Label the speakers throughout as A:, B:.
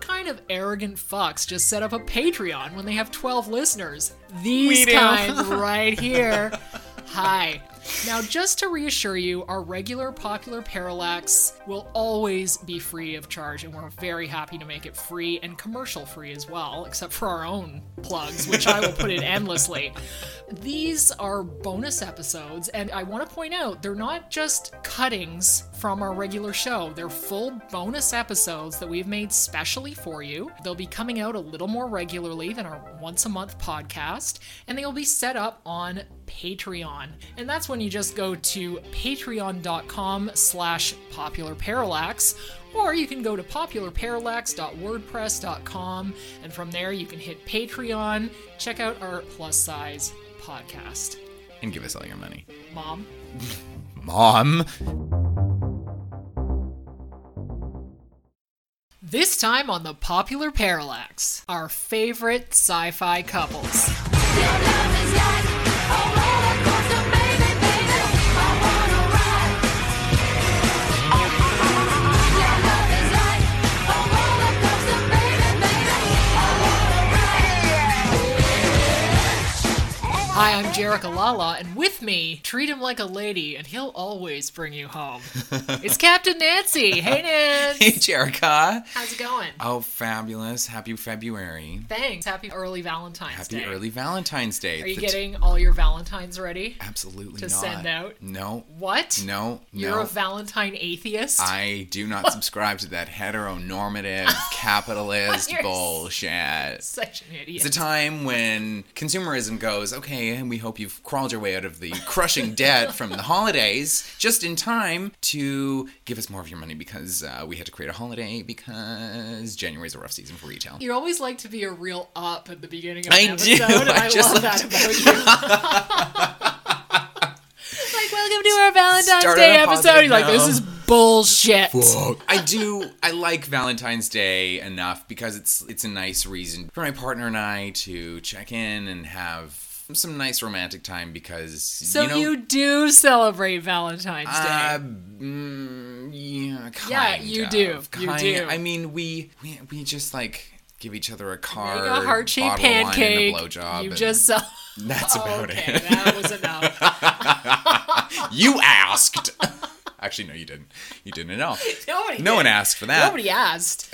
A: kind of arrogant fucks just set up a Patreon when they have 12 listeners? These
B: We do.
A: kind right here. Hi. Now, just to reassure you, our regular popular parallax will always be free of charge, and we're very happy to make it free and commercial free as well, except for our own plugs, which I will put in endlessly. These are bonus episodes, and I want to point out they're not just cuttings from our regular show, they're full bonus episodes that we've made specially for you. They'll be coming out a little more regularly than our once a month podcast, and they'll be set up on Patreon. And that's when you just go to patreon.com slash popular parallax, or you can go to popularparallax.wordpress.com, and from there you can hit Patreon, check out our plus size podcast.
B: And give us all your money.
A: Mom?
B: Mom.
A: This time on the Popular Parallax, our favorite sci fi couples.
C: Your love is like a roller coaster, baby, baby. I wanna ride. Your love is like a roller coaster, baby, baby. I wanna ride.
A: Hi, I'm Jerica Lala, and with me, treat him like a lady, and he'll always bring you home. it's Captain Nancy. Hey, Nance.
B: Hey, Jerica.
A: How's it going?
B: Oh, fabulous. Happy February.
A: Thanks. Happy early Valentine's
B: Happy
A: Day.
B: early Valentine's Day.
A: Are you
B: The t-
A: getting all your Valentines ready?
B: Absolutely
A: to
B: not.
A: send out?
B: No.
A: What?
B: No.
A: You're
B: no.
A: a Valentine atheist?
B: I do not subscribe to that heteronormative capitalist
A: You're s-
B: bullshit.
A: Such an idiot.
B: It's a time when consumerism goes, okay, and we hope you've crawled your way out of the crushing debt from the holidays just in time to give us more of your money because uh, we had to create a holiday because January's a rough season for retail.
A: you always like to be a real up at the beginning of
B: I
A: an
B: do.
A: episode, and
B: I
A: I,
B: just
A: love
B: like
A: that about you. like, welcome to our Valentine's
B: Start
A: Day
B: on a positive
A: episode. You're like,
B: note.
A: this is bullshit.
B: I do. I like Valentine's Day enough because it's it's a nice reason for my partner and I to check in and have some nice romantic time because
A: So
B: you
A: you,
B: know
A: do celebrate Valentine's
B: Uh,
A: Day.
B: mm, yeah, kind
A: Yeah, you do.
B: of,
A: You
B: kind-
A: do.
B: I mean, we we, we just like give each other a card,
A: Make a heart shaped
B: bottle of
A: pancake.
B: wine, and a blowjob.
A: you
B: and
A: just cel-
B: that's about
A: okay,
B: it.
A: that was enough.
B: you asked. Actually, no, you didn't. You didn't at all.
A: Nobody
B: No
A: did.
B: one asked for that.
A: Nobody asked,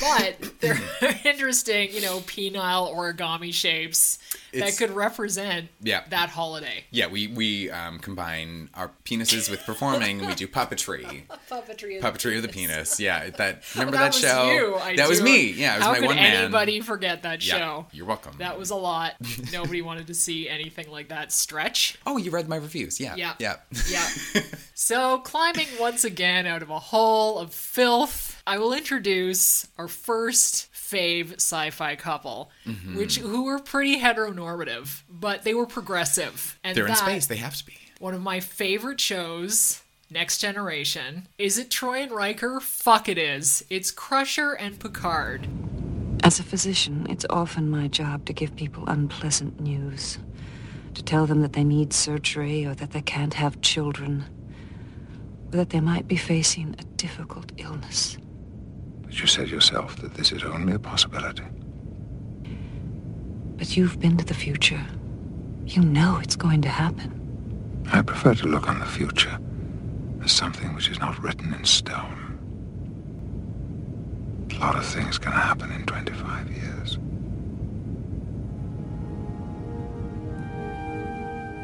A: but they're interesting, you know, penile origami shapes
B: It's-
A: that could represent
B: Yeah.
A: that holiday.
B: Yeah, we we um, combine our penises with performing, and we do puppetry,
A: Puppetry. Is
B: puppetry of the penis. Yeah, that remember
A: Oh, that
B: that,
A: was
B: show?
A: you, I
B: that was
A: do.
B: me. Yeah, it was
A: How
B: my
A: could
B: one man.
A: anybody forget that
B: yeah,
A: show?
B: you're welcome.
A: That was a lot. Nobody wanted to see anything like that stretch.
B: Oh, you read my reviews. Yeah.
A: Yeah.
B: Yeah.
A: Yeah. so, climbing once again out of a hole of filth, I will introduce our first fave sci-fi couple,
B: Mm-hmm.
A: which who were pretty heteronormative, but they were progressive. And
B: They're in
A: that-
B: space. They have to be.
A: One of my favorite shows, Next Generation. Is it Troy and Riker? Fuck it is. It's Crusher and Picard.
D: As a physician, it's often my job to give people unpleasant news. To tell them that they need surgery or that they can't have children. Or that they might be facing a difficult illness.
E: But you said yourself that this is only a possibility.
D: But you've been to the future. You know it's going to happen.
E: I prefer to look on the future as something which is not written in stone. A lot of things can happen in 25 years.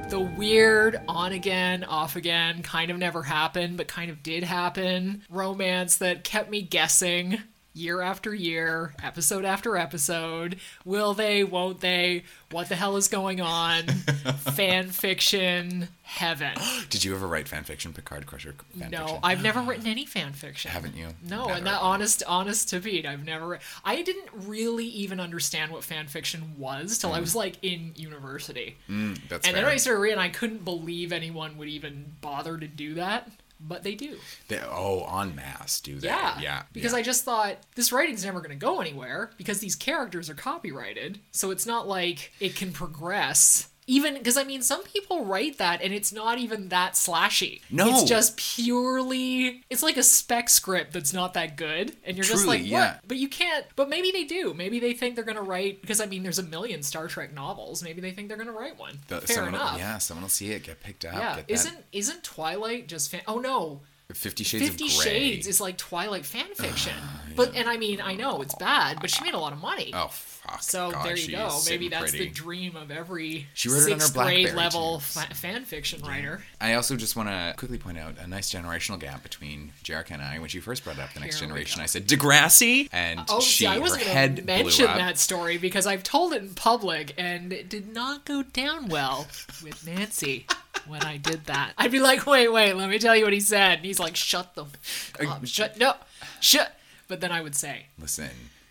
A: The weird on again, off again, kind of never happened, but kind of did happen romance that kept me guessing year after year, episode after episode. Will they? Won't they? What the hell is going on? Fan fiction, heaven.
B: Did you ever write fan fiction, Picard Crusher fan
A: No,
B: fiction?
A: I've never written any fan fiction.
B: Haven't you?
A: No,
B: Never.
A: and that honest, honest to Pete, I've never. I didn't really even understand what fan fiction was
B: Mm.
A: till I was like in university,
B: That's
A: and
B: fair.
A: then I started reading. I couldn't believe anyone would even bother to do that, but they do.
B: They- oh, en masse, do they?
A: Yeah,
B: Yeah.
A: Because I just thought this writing's never going to go anywhere because these characters are copyrighted, so it's not like it can progress. Even because I mean, some people write that and it's not even that slashy.
B: No.
A: it's just purely. It's like a spec script that's not that good, and you're just
B: Truly,
A: like, what?
B: yeah.
A: But you can't. But maybe they do. Maybe they think they're gonna write because I mean, there's a million Star Trek novels. Maybe they think they're gonna write one.
B: The-
A: Fair
B: someone will-
A: enough.
B: yeah, someone will see it, get picked up.
A: Yeah.
B: get that-
A: Isn't isn't Twilight just fan? Oh no,
B: Fifty Shades
A: Fifty
B: of Grey?
A: Shades is like Twilight fan fiction. But and I mean, I know it's bad, but she made a lot of money.
B: oh fuck.
A: So
B: God,
A: there
B: she
A: you go.
B: is
A: Maybe
B: sitting
A: that's
B: pretty.
A: the dream of every
B: She wrote it on her
A: sixth grade
B: Blackberry,
A: level
B: too,
A: fa- fan fiction writer.
B: I also just want to quickly point out a nice generational gap between Jarek and I. When she first brought up the next
A: Here we
B: generation,
A: go.
B: I said Degrassi, and
A: Oh,
B: she
A: see, I was
B: her
A: going to
B: head
A: mention
B: blew up.
A: that story because I've told it in public and it did not go down well with Nancy when I did that. I'd be like, wait, wait, let me tell you what he said. And he's like, shut the f-
B: Uh,
A: up. Shut, no, shut. But then I would say,
B: Listen,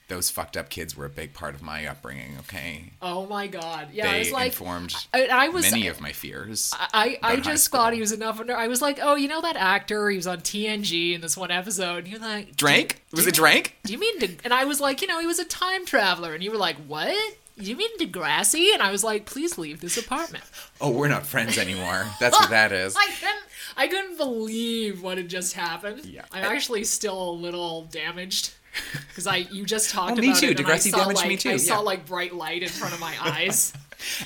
B: those fucked up kids were a big part of my upbringing. Okay,
A: oh my God. Yeah, I
B: they
A: was like,
B: informed
A: I, I was,
B: many of my fears.
A: I, I
B: about high
A: just thought
B: school.
A: he was enough. under- I was like, oh, you know that actor? He was on TNG in this one episode. And you're like,
B: Drank? Was it Drank?
A: do you mean? De-? And I was like, you know, he was a time traveler. And you were like, what? You mean Degrassi? And I was like, please leave this apartment.
B: Oh, we're not friends anymore. That's what that is.
A: I couldn't, I couldn't believe what had just happened.
B: Yeah.
A: I'm actually still a little damaged because I you just talked
B: Well,
A: about
B: Oh, me too.
A: it. and I
B: Degrassi
A: saw,
B: damaged
A: like,
B: me too,
A: I
B: yeah.
A: saw like bright light in front of my eyes.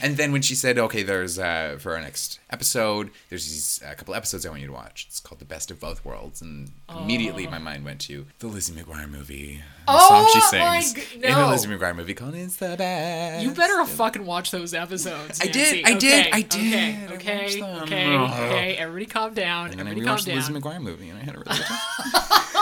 B: And then when she said, "Okay, there's uh, for our next episode, there's these a couple episodes I want you to watch. It's called The Best of Both Worlds," and immediately my mind went to the Lizzie McGuire movie. The
A: Oh
B: song she
A: my
B: sings
A: g-
B: in the
A: no.
B: Lizzie McGuire movie called "It's the Best."
A: You better fucking watch those episodes.
B: I
A: Nancy.
B: did, I did,
A: Okay,
B: I did.
A: Okay,
B: I
A: okay,
B: watched them.
A: okay,
B: Ugh.
A: okay. Everybody calm down.
B: And then I
A: Everybody calm
B: rewatched the Lizzie
A: down.
B: McGuire movie, and I had a really good time.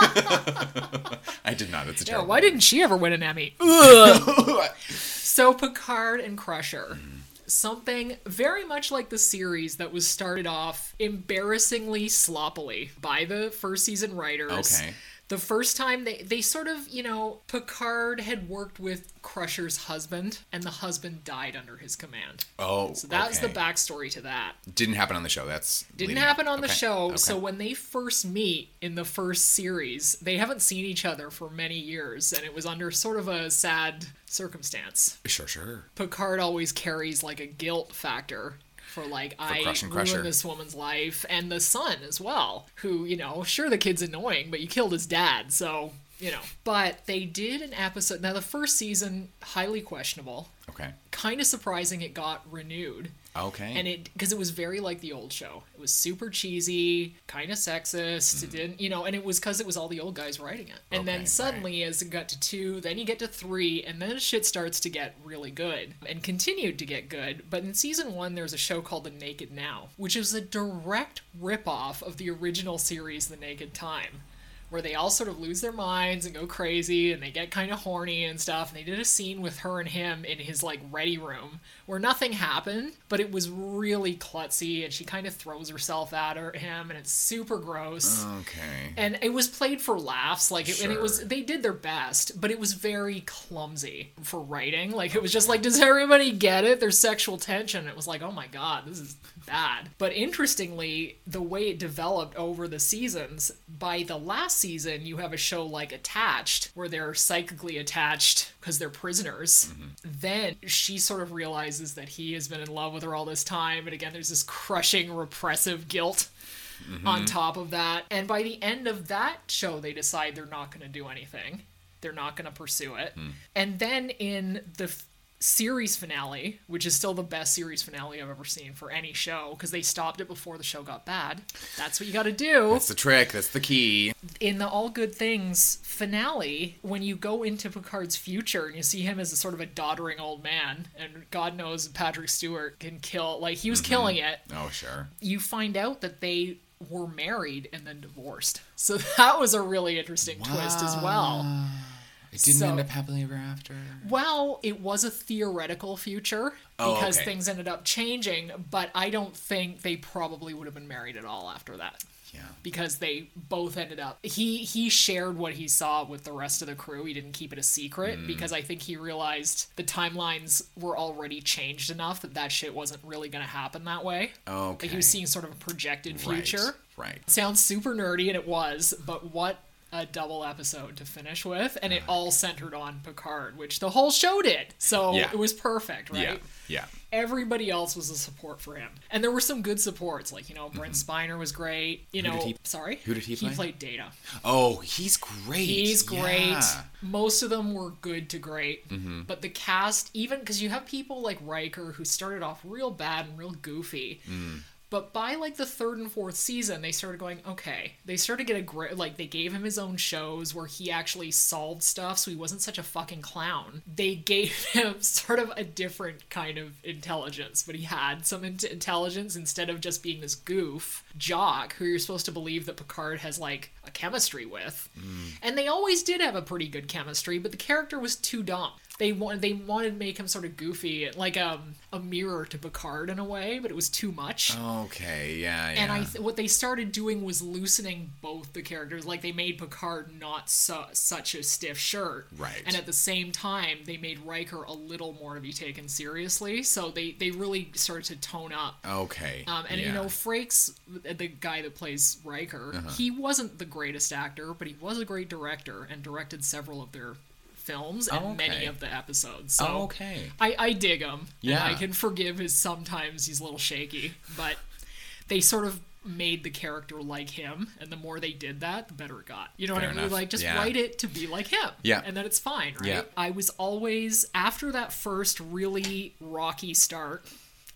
B: I did not. It's a
A: Yeah,
B: terrible.
A: why didn't she ever win an Emmy? Ugh. so Picard and Crusher.
B: Mm.
A: Something very much like the series that was started off embarrassingly sloppily by the first season writers.
B: Okay.
A: The first time they, they sort of, you know, Picard had worked with Crusher's husband, and the husband died under his command.
B: Oh,
A: So that's
B: okay.
A: the backstory to that.
B: Didn't happen on the show. That's
A: Didn't
B: leading up.
A: happen on the
B: Okay,
A: show.
B: okay.
A: So when they first meet in the first series, they haven't seen each other for many years, and it was under sort of a sad circumstance.
B: sure, sure.
A: Picard always carries like a guilt factor for like I
B: Crush and
A: ruined
B: Crusher.
A: this woman's life, and the son as well, who you know, sure the kid's annoying, but you killed his dad, so you know. But they did an episode. Now the first season highly questionable.
B: Okay,
A: Kind of surprising it got renewed
B: okay.
A: and it because it was very like the old show it was super cheesy kind of sexist it didn't you know and it was because it was all the old guys writing it and
B: Okay,
A: then suddenly as it got to two then you get to three and then shit starts to get really good and continued to get good but in season one there's a show called the naked now which is a direct rip-off of the original series the naked time where they all sort of lose their minds and go crazy and they get kind of horny and stuff. And they did a scene with her and him in his like ready room where nothing happened, but it was really klutzy and she kind of throws herself at her him and it's super
B: Uh-huh.
A: gross.
B: okay.
A: And it was played for laughs, like, it, and it was
B: Sure.
A: they did their best, but it was very clumsy for writing. Like it was just like, does everybody get it? There's sexual tension. It was like, oh my god, this is bad. But interestingly, the way it developed over the seasons, by the last season, you have a show like Attached, where they're psychically attached because they're prisoners. Then she sort of realizes that he has been in love with her all this time, and again, there's this crushing repressive guilt on top of that. And by the end of that show, they decide they're not going to do anything. They're not going to pursue it. And then in the f- series finale, which is still the best series finale I've ever seen for any show, because they stopped it before the show got bad. That's what you got to do
B: That's the trick. That's the key.
A: in the All Good Things finale, when you go into Picard's future and you see him as a sort of a doddering old man, and God knows Patrick Stewart can kill, like, he was killing it.
B: Oh, sure.
A: You find out that they were married and then divorced. So that was a really interesting twist as well.
B: It didn't
A: So-
B: end up happily ever after.
A: Well, it was a theoretical future
B: Oh,
A: because
B: okay.
A: things ended up changing, but I don't think they probably would have been married at all after that.
B: Yeah.
A: because they both ended up he he shared what he saw with the rest of the crew he didn't keep it a secret
B: Mm.
A: because i think he realized the timelines were already changed enough that that shit wasn't really going to happen that way like he
B: Okay.
A: was seeing sort of a projected
B: Right,
A: future
B: Right.
A: sounds super nerdy and it was but what a double episode to finish with, and
B: Ah.
A: it all centered on Picard, which the whole show did. So
B: Yeah.
A: it was perfect, right?
B: Yeah. Yeah.
A: Everybody else was a support for him, and there were some good supports, like you know Brent Spiner was great. You know,
B: did he-
A: sorry,
B: Mm-hmm. who did he play?
A: He played Data.
B: Oh, he's great.
A: He's great.
B: Yeah. Mm-hmm.
A: Most of them were good to great. But the cast, even because you have people like Riker who started off real bad and real goofy.
B: Mm.
A: But by like the third and fourth season, they started going, okay. They started to get a great, like, they gave him his own shows where he actually solved stuff so he wasn't such a fucking clown. They gave him sort of a different kind of intelligence, but he had some in- intelligence instead of just being this goof jock who you're supposed to believe that Picard has, like, a chemistry with. And they always did have a pretty good chemistry, but the character was too dumb. They wanted they wanted to make him sort of goofy, like um, a mirror to Picard in a way, but it was too much.
B: Okay. Yeah. Oh, Yeah.
A: And I th- what they started doing was loosening both the characters. Like they made Picard not su- such a stiff shirt,
B: Right.
A: And at the same time, they made Riker a little more to be taken seriously. So they they really started to tone up.
B: okay.
A: Um, and you
B: yeah. Uh-huh.
A: know, Frakes, the guy that plays Riker, he wasn't the greatest actor, but he was a great director and directed several of their films and
B: Oh,
A: many
B: okay.
A: of the episodes. So
B: Oh, okay.
A: I, I dig him.
B: Yeah.
A: And I can forgive his sometimes he's a little shaky, but they sort of made the character like him, and the more they did that, the better it got. You know
B: Fair
A: what I mean?
B: enough.
A: Like just
B: Yeah.
A: write it to be like him.
B: Yeah.
A: And then it's fine, right?
B: Yeah.
A: I was always after that first really rocky start,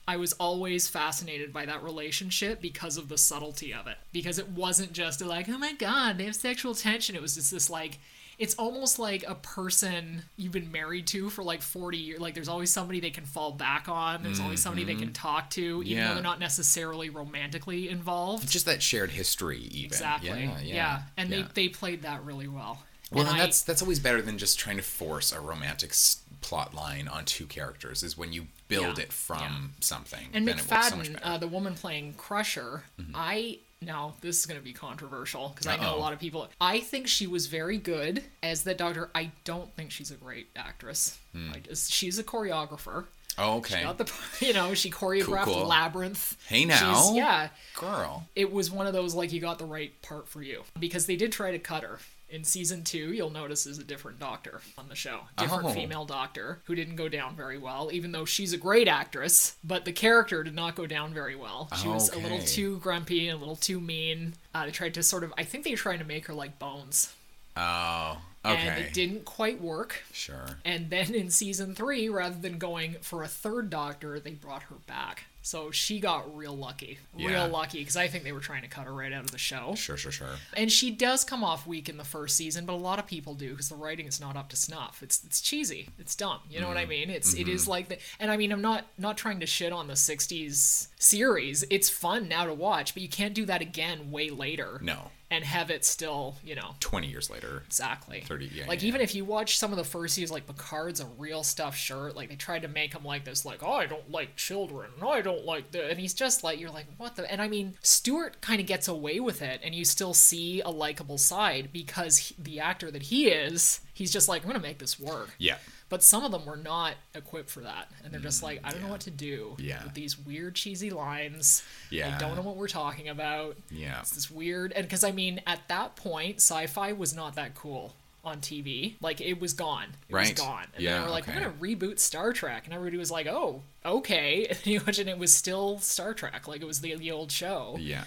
A: I was always fascinated by that relationship because of the subtlety of it. Because it wasn't just like, oh my god, they have sexual tension. It was just this like, it's almost like a person you've been married to for like 40 years. Like, there's always somebody they can fall back on. There's always somebody they can talk to, even
B: Mm-hmm. Yeah.
A: though they're not necessarily romantically involved.
B: just that shared history, even.
A: exactly.
B: Yeah.
A: Yeah.
B: Yeah.
A: And
B: yeah.
A: They, they played that really well.
B: Well, and
A: I-
B: that's that's always better than just trying to force a romantic s- plot line on two characters. Is when you build
A: Yeah,
B: it from something,
A: And
B: then it works so much
A: McFadden,
B: better. Mm-hmm.
A: uh, the woman playing Crusher, I now this is going to be controversial because I know a
B: Uh-oh.
A: lot of people. I think she was very good as the doctor. I don't think she's a great actress. I just, she's a choreographer.
B: oh, Hmm. okay.
A: Not the you know she choreographed
B: cool.
A: Labyrinth.
B: Hey
A: She's-
B: now.
A: yeah.
B: Girl.
A: It was one of those like you got the right part for you because they did try to cut her. In season two, you'll notice is a different doctor on the show, different
B: Oh.
A: female doctor who didn't go down very well. Even though she's a great actress, but the character did not go down very well. She was a little
B: Okay.
A: too grumpy and a little too mean. Uh, they tried to sort of, I think they tried to make her like Bones,
B: Oh. Okay.
A: and it didn't quite work.
B: Sure.
A: And then in season three, rather than going for a third doctor, they brought her back. So she got real lucky.
B: Yeah.
A: Real lucky, because I think they were trying to cut her right out of the show.
B: Sure. Sure. Sure.
A: And she does come off weak in the first season, but a lot of people do because the writing is not up to snuff. It's it's cheesy. It's dumb. You know what
B: Mm-hmm.
A: I mean? It's it is like the and I mean I'm not not trying to shit on the '60s series. It's fun now to watch, but you can't do that again way later.
B: No.
A: And have it still you know
B: Twenty years later.
A: Exactly.
B: 30 yeah,
A: Like
B: yeah,
A: even if you watch some of the first seasons, like Picard's a real stuff shirt. Like they tried to make him like this, like oh, I don't like children, and I don't like the, and he's just like you're like what the, and I mean Stewart kind of gets away with it, and you still see a likable side because he, the actor that he is, he's just like I'm gonna make this work.
B: Yeah. Mm,
A: But some of them were not equipped for that, and they're just like I don't know what to do
B: Yeah.
A: with these weird cheesy lines. I
B: Yeah.
A: don't know what we're talking about.
B: Yeah.
A: It's this weird. And because I mean, at that point, sci fi was not that cool on TV. Like, it was gone. It
B: Right.
A: was gone. And
B: Yeah,
A: they were like,
B: okay.
A: we're going to reboot Star Trek. And everybody was like, oh, okay. And you watch it, and it was still Star Trek. Like, it was the, the old show.
B: Yeah.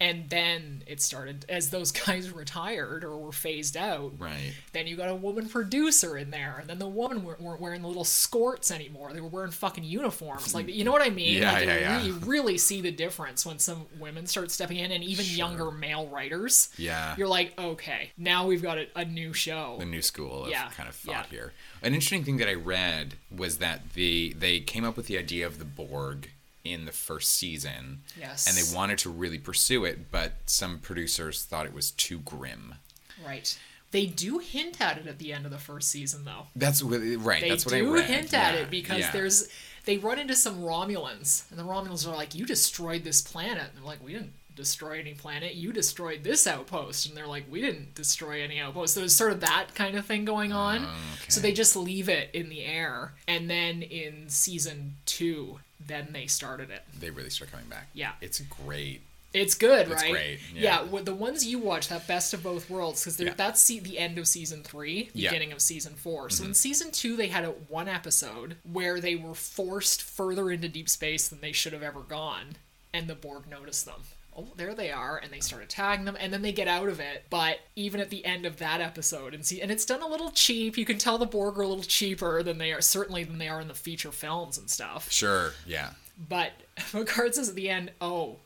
A: And then it started, as those guys retired or were phased out,
B: Right.
A: then you got a woman producer in there, and then the women weren't, weren't wearing the little skorts anymore. They were wearing fucking uniforms. Like, you know what I mean?
B: Yeah,
A: like,
B: yeah, yeah.
A: You really, really see the difference when some women start stepping in, and even younger male writers.
B: Yeah.
A: You're like, okay, now we've got a, a new show.
B: the new school of
A: Yeah,
B: kind of
A: yeah.
B: thought here. An interesting thing that I read was that the they came up with the idea of the Borg in the first season.
A: Yes.
B: And they wanted to really pursue it, but some producers thought it was too grim.
A: right. They do hint at it at the end of the first season, though.
B: That's what, right.
A: They
B: that's what I
A: do
B: read.
A: hint at
B: Yeah,
A: it because
B: yeah.
A: there's they run into some Romulans, and the Romulans are like, "You destroyed this planet," and they're like, "We didn't." destroy any planet you destroyed this outpost and they're like we didn't destroy any outpost so there's sort of that kind of thing
B: Oh,
A: going on so they just leave it in the air and then in season two then they started it
B: they really start coming back.
A: Yeah.
B: It's a great
A: It's good, right?
B: great,
A: Yeah.
B: yeah.
A: with the ones you watch, that best of both worlds, because
B: Yeah.
A: that's se- the end of season three,
B: Yeah. Mm-hmm.
A: beginning of season four. So in season two, they had a, one episode where they were forced further into deep space than they should have ever gone, and the Borg noticed them. Oh, there they are, and they start attacking them, and then they get out of it. But even at the end of that episode, and see, and it's done a little cheap. You can tell the Borg are a little cheaper than they are, certainly than they are in the feature films and stuff.
B: Sure. Yeah.
A: But Picard says at the end, "Oh,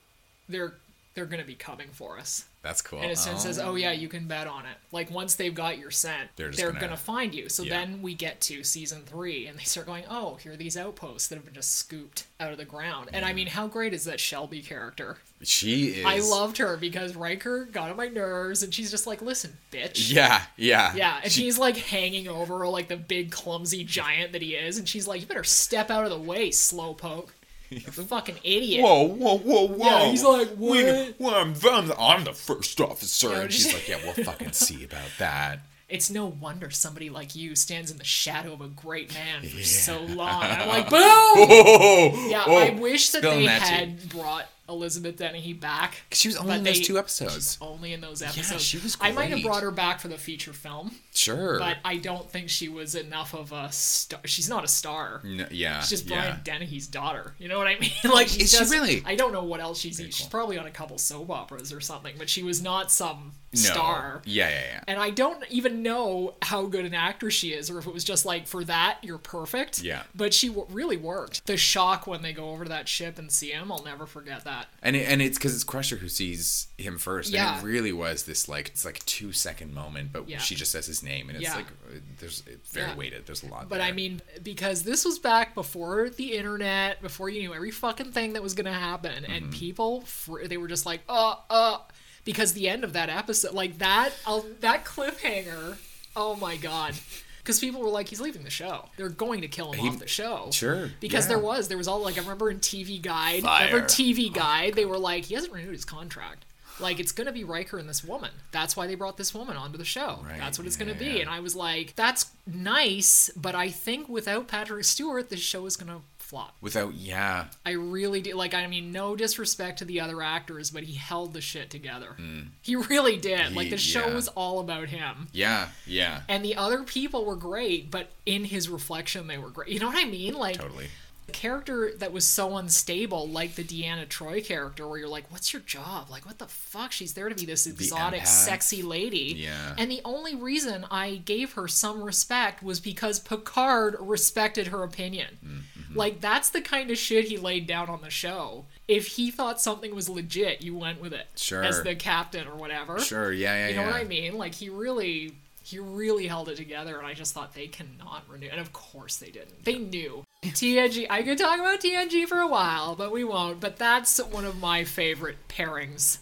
A: they're they're gonna be coming for us."
B: That's cool.
A: And it oh. says, "Oh yeah, you can bet on it. Like once they've got your scent, they're,
B: They're
A: gonna...
B: just gonna-
A: find you." So
B: Yeah.
A: then we get to season three, and they start going, "Oh, here are these outposts that have been just scooped out of the ground." And I mean, how great is that Shelby character?
B: she Mm. is.
A: I loved her because Riker got on my nerves, and she's just like, "Listen, bitch."
B: Yeah. Yeah.
A: Yeah, and
B: She-
A: he's like hanging over like the big clumsy giant that he is, and she's like, "You better step out of the way, slowpoke." You're a fucking idiot.
B: Whoa, whoa, whoa, whoa.
A: Yeah, he's like,
B: Wait,
A: "What?"
B: well, I'm, I'm, the, I'm the first officer.
A: Yeah,
B: And she's
A: just-
B: like, yeah, we'll fucking see about that.
A: It's no wonder somebody like you stands in the shadow of a great man for so long. I'm like, boom!
B: Oh!
A: Yeah,
B: oh,
A: I wish that
B: spilling
A: they
B: that tea.
A: had brought Elizabeth Dennehy back.
B: She was only
A: but
B: in those
A: they-
B: two episodes.
A: she's only in those episodes.
B: she was
A: I might have
B: great.
A: brought her back for the feature film,
B: Sure.
A: but I don't think she was enough of a star. She's not a star.
B: No, yeah.
A: She's just
B: yeah.
A: Brian Dennehy's daughter. You know what I mean? Like she's
B: Is she
A: just,
B: really?
A: I don't know what else she's. She's probably on a couple soap operas or something, but she was not some star.
B: No. Yeah, yeah, yeah.
A: And I don't even know how good an actor she is, or if it was just like, for that, you're perfect.
B: Yeah.
A: But she w- really worked. The shock when they go over to that ship and see him, I'll never forget that.
B: And it, and it's because it's Crusher who sees him first,
A: Yeah.
B: and it really was this like it's like a two second moment, but
A: Yeah.
B: she just says his name, and it's
A: Yeah.
B: like uh, there's it's very
A: Yeah.
B: weighted. There's a lot.
A: But I
B: there.
A: mean, because this was back before the internet, before you knew every fucking thing that was going to happen,
B: Mm-hmm.
A: and people, fr- they were just like, uh, uh, because the end of that episode, like that, i that cliffhanger, oh my god. Because people were like, he's leaving the show. They're going to kill him
B: He-
A: off the show.
B: Sure,
A: Because
B: yeah.
A: there was, there was all like, I remember in TV Guide,
B: Fire.
A: remember TV Guide, they were like, he hasn't renewed his contract. Like, it's going to be Riker and this woman. That's why they brought this woman onto the show.
B: Right,
A: That's what it's going
B: yeah,
A: to be.
B: yeah.
A: And I was like, that's nice, but I think without Patrick Stewart, this show is going to flop.
B: without yeah,
A: I really do. Like, I mean, no disrespect to the other actors, but he held the shit together. He really did. like,
B: Hmm. He-
A: the show
B: yeah.
A: was all about him.
B: yeah, yeah,
A: And the other people were great, but in his reflection, they were great. You know what I mean? Like,
B: totally.
A: the character that was so unstable, like the Deanna Troy character, where you're like, what's your job? Like, what the fuck? She's there to be this exotic,
B: empath?
A: sexy lady.
B: Yeah.
A: And the only reason I gave her some respect was because Picard respected her opinion.
B: Mm-hmm.
A: Like, that's the kind of shit he laid down on the show. If he thought something was legit, you went with it.
B: Sure.
A: As the captain or whatever.
B: Sure, yeah, yeah,
A: You know
B: yeah.
A: what I mean? Like he really he really held it together and I just thought they cannot renew and of course they didn't. They knew. TNG I could talk about TNG for a while, but we won't. But that's one of my favorite pairings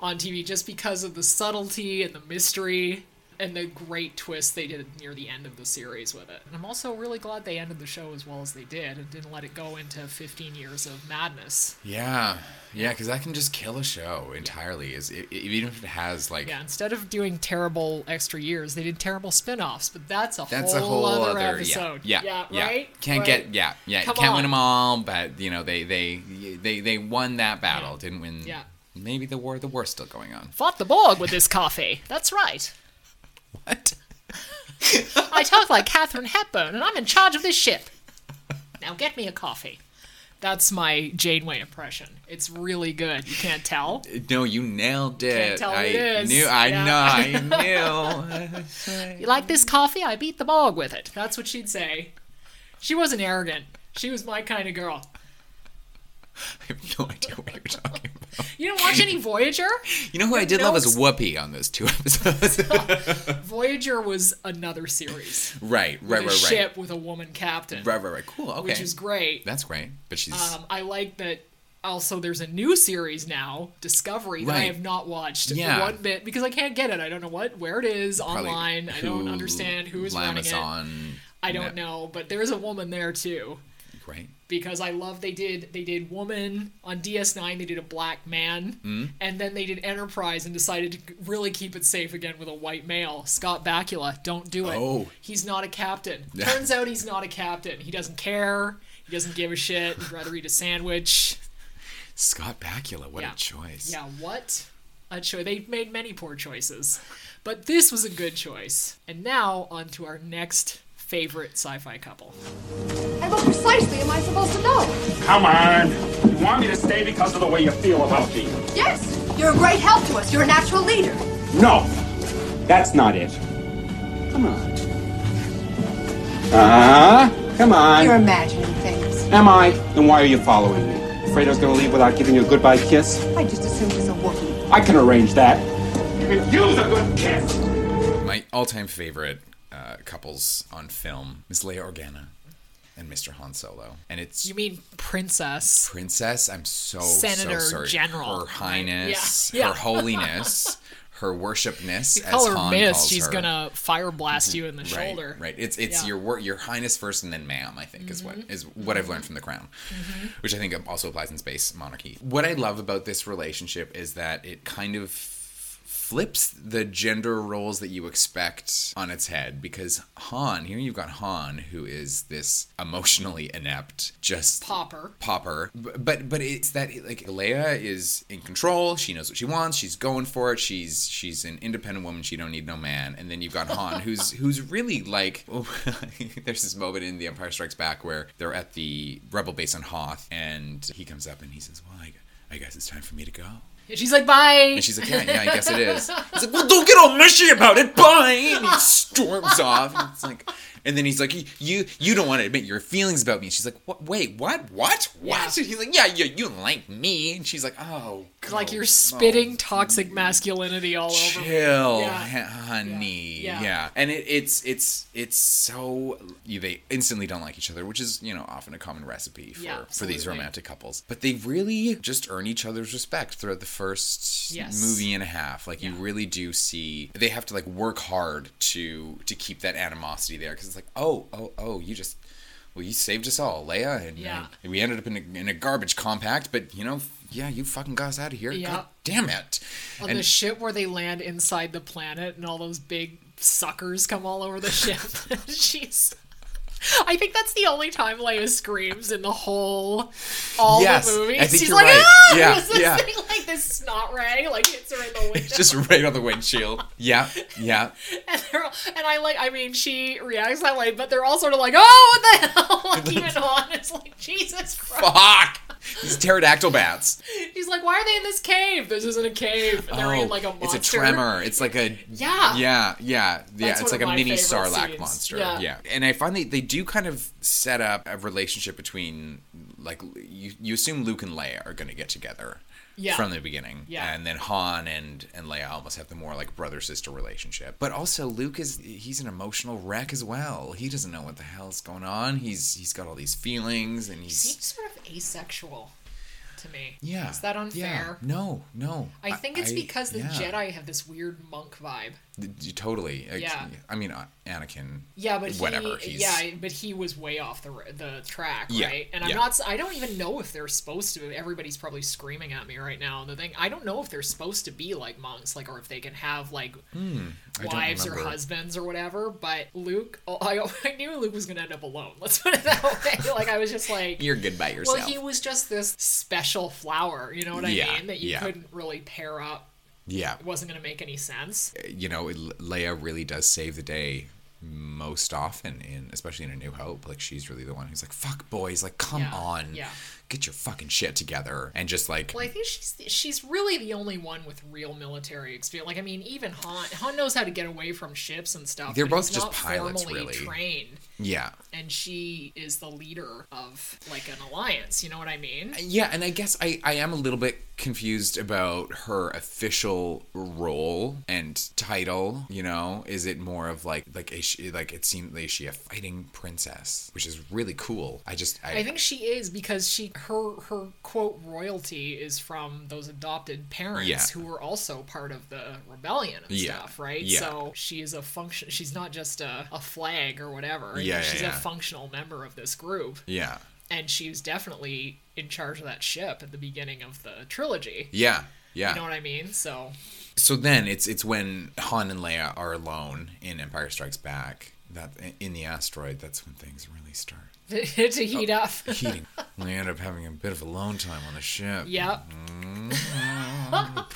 A: on TV just because of the subtlety and the mystery and the great twist they did near the end of the series with it. And I'm also really glad they ended the show as well as they did and didn't let it go into 15 years of madness.
B: Yeah, yeah, because that can just kill a show entirely. Is i i- even if it has like
A: Yeah, instead of doing terrible extra years, they did terrible spin-offs, but that's a
B: that's
A: whole,
B: a whole
A: other,
B: other,
A: episode.
B: Yeah, yeah, yeah.
A: right?
B: Can't
A: Right.
B: get yeah, yeah. you
A: Come
B: can't
A: on.
B: win them all, but you know they they they they won that battle. Didn't win.
A: Yeah.
B: Maybe the war the war's still going on.
A: Fought the Borg with this coffee. That's right.
B: What?
A: I talk like Catherine Hepburn, and I'm in charge of this ship. Now get me a coffee. That's my Janeway impression. It's really good. You can't tell.
B: No, you nailed it.
A: tell
B: I
A: it is.
B: knew. I
A: Yeah.
B: know. I knew.
A: You like this coffee? I beat the Borg with it. That's what she'd say. She wasn't arrogant. She was my kind of girl.
B: I have no idea what you're talking about.
A: You didn't watch any Voyager?
B: You know who I did love
A: notes-
B: is Whoopi on those two episodes.
A: Voyager was another series.
B: right, right,
A: with
B: right,
A: a
B: right,
A: ship with a woman captain,
B: right, right, right. Cool. Okay,
A: which is great.
B: That's great. But she's
A: Um, I like that. Also, there's a new series now, Discovery, that I
B: Right.
A: have not watched
B: Yeah.
A: one bit because I can't get it. I don't know what where it is
B: probably
A: online. I don't
B: Hulu,
A: understand who is running it.
B: Lamazon,
A: I don't know, but there's a woman there too
B: Right.
A: because I love they did they did woman on DS9 they did a black man
B: Mm.
A: and then they did Enterprise and decided to really keep it safe again with a white male Scott Bakula don't do it
B: Oh.
A: he's not a captain turns out he's not a captain he doesn't care he doesn't give a shit he'd rather eat a sandwich
B: Scott Bakula, what
A: Yeah.
B: a choice.
A: Yeah, what a choice. They've made many poor choices, but this was a good choice. And now, on to our next favorite sci fi couple.
F: And what precisely am I supposed to know?
G: Come on. You want me to stay because of the way you feel about me?
F: Yes, you're a great help to us. You're a natural leader.
G: No. That's not it. Come on. Uh huh. Come on.
F: You're imagining things.
G: Am I? Then why are you following me? Afraid I was gonna leave without giving you a goodbye kiss?
F: I just assumed he's a Wookiee.
G: I can arrange that. You could use a good kiss.
B: My all time favorite uh, couples on film Miss Leia Organa and Mr. Han Solo. And it's
A: You mean princess?
B: Princess. I'm so,
A: Senator
B: so sorry.
A: General.
B: Her Highness,
A: Yeah. Yeah.
B: her Holiness, her Worshipness. as
A: Call her
B: Han
A: miss,
B: calls
A: she's
B: her.
A: gonna fire blast you in the
B: right,
A: shoulder.
B: Right. It's it's
A: Yeah. Mm-hmm.
B: your wor- your highness first and then ma'am, I think is what is what I've learned from the crown. Which I think also applies in space monarchy. What I love about this relationship is that it kind of flips the gender roles that you expect on its head because Han, here you've got Han who is this emotionally inept, just
A: Popper.
B: popper. B- But but it's that like Leia is in control. She knows what she wants. She's going for it. She's she's an independent woman. She don't need no man. And then you've got Han, who's who's really like. oh, there's this moment in The Empire Strikes Back where they're at the rebel base on Hoth, and he comes up and he says, "Well, I, gu- I guess it's time for me to go."
A: And she's like, bye.
B: And she's like, yeah, yeah, I guess it is. He's like, well, don't get all mushy about it. Bye. And he storms off. And it's like, and then he's like, you you don't want to admit your feelings about me. And she's like, what? Wait, what? What? What?
A: Yeah.
B: And he's like, yeah, yeah, you like me. And she's like, oh,
A: like you're
B: God,
A: spitting toxic masculinity all over. me.
B: Chill,
A: Yeah.
B: honey.
A: Yeah.
B: Yeah. and it, it's it's it's so you, they instantly don't like each other, which is you know often a common recipe for
A: Yeah,
B: for these
A: absolutely.
B: romantic couples. But they really just earn each other's respect throughout the first
A: Yes.
B: movie and a half. Like you really do see they have to like work hard to to keep that animosity there because it's like oh oh oh you just. Well, you saved us all, Leia, and uh,
A: Yeah.
B: we ended up in a, in a garbage compact. But you know, yeah, you fucking got us out of here.
A: Yeah.
B: God damn it!
A: On the ship where they land inside the planet and all those big suckers come all over the ship. She's. I think that's the only time Leia screams in the whole, all
B: Yes,
A: the movies.
B: I think
A: She's
B: you're
A: like,
B: right.
A: ah!
B: Yeah,
A: There's this
B: yeah.
A: thing, like this snot ray, like hits her in the window.
B: It's just right on the windshield. Yeah, yeah.
A: and, they're all, and I like, I mean, she reacts that way, but they're all sort of like, oh, what the hell? Like, even on, it's like, Jesus Christ.
B: Fuck! These pterodactyl bats.
A: He's like, why are they in this cave? This isn't a cave. And they're in like a monster.
B: Oh, It's a tremor. It's like a.
A: Yeah.
B: Yeah, yeah, yeah.
A: That's one
B: it's like
A: of
B: a
A: my
B: mini
A: favorite
B: Sarlacc
A: scenes.
B: monster.
A: Yeah.
B: Yeah. and I find they, they do kind of set up a relationship between like you you assume Luke and Leia are going to get together
A: Yeah.
B: from the beginning,
A: Yeah.
B: and then Han and and Leia almost have the more like brother sister relationship. But also Luke is he's an emotional wreck as well. He doesn't know what the hell's going on. He's he's got all these feelings, and he's
A: seems sort of asexual to me.
B: yeah.
A: Is that
B: yeah.
A: unfair?
B: No, no.
A: I think it's because the
B: yeah.
A: Jedi have this weird monk vibe.
B: D- d- Totally. Like,
A: Yeah.
B: I mean, uh, Anakin.
A: Yeah, but he,
B: whatever. he's
A: yeah, but he was way off the r- the track,
B: Yeah,
A: right? And I'm
B: yeah.
A: not. s- I don't even know if they're supposed to. Everybody's probably screaming at me right now. on The thing I don't know if they're supposed to be like monks, like or if they can have like
B: Hmm, don't
A: wives or
B: remember.
A: husbands or whatever. But Luke, oh, I, I knew Luke was gonna end up alone. Let's put it that way. like I was just like,
B: You're good by yourself.
A: Well, he was just this special flower, you know what I
B: Yeah,
A: mean? That you
B: yeah.
A: couldn't really pair up.
B: yeah.
A: It wasn't going to make any sense.
B: You know, it- Leia really does save the day most often in especially in a new hope like she's really the one who's like fuck boys like come
A: Yeah,
B: on
A: yeah.
B: get your fucking shit together and just like
A: Well, I think she's she's really the only one with real military experience. Like, I mean, even Han Han knows how to get away from ships and stuff.
B: They're
A: but he's
B: both just
A: not
B: pilots,
A: formally
B: really.
A: Trained,
B: yeah
A: and she is the leader of like an alliance. You know what I mean?
B: Yeah, and I guess I, I am a little bit confused about her official role and title. You know, is it more of like like is she like it seemed like is she a fighting princess, which is really cool. I just I,
A: I think she is because she her her quote royalty is from those adopted parents
B: Yeah.
A: who were also part of the rebellion and
B: Yeah.
A: stuff, right?
B: Yeah.
A: So she is a function. She's not just a, a flag or whatever.
B: Yeah, yeah,
A: she's a
B: yeah.
A: functional member of this group,
B: yeah
A: and she's definitely in charge of that ship at the beginning of the trilogy.
B: yeah yeah.
A: You know what I mean? So
B: so then it's it's when Han and Leia are alone in Empire Strikes Back. that in the asteroid, that's when things really start
A: to heat up.
B: heating. we end up having a bit of alone time on the ship.
A: Yep.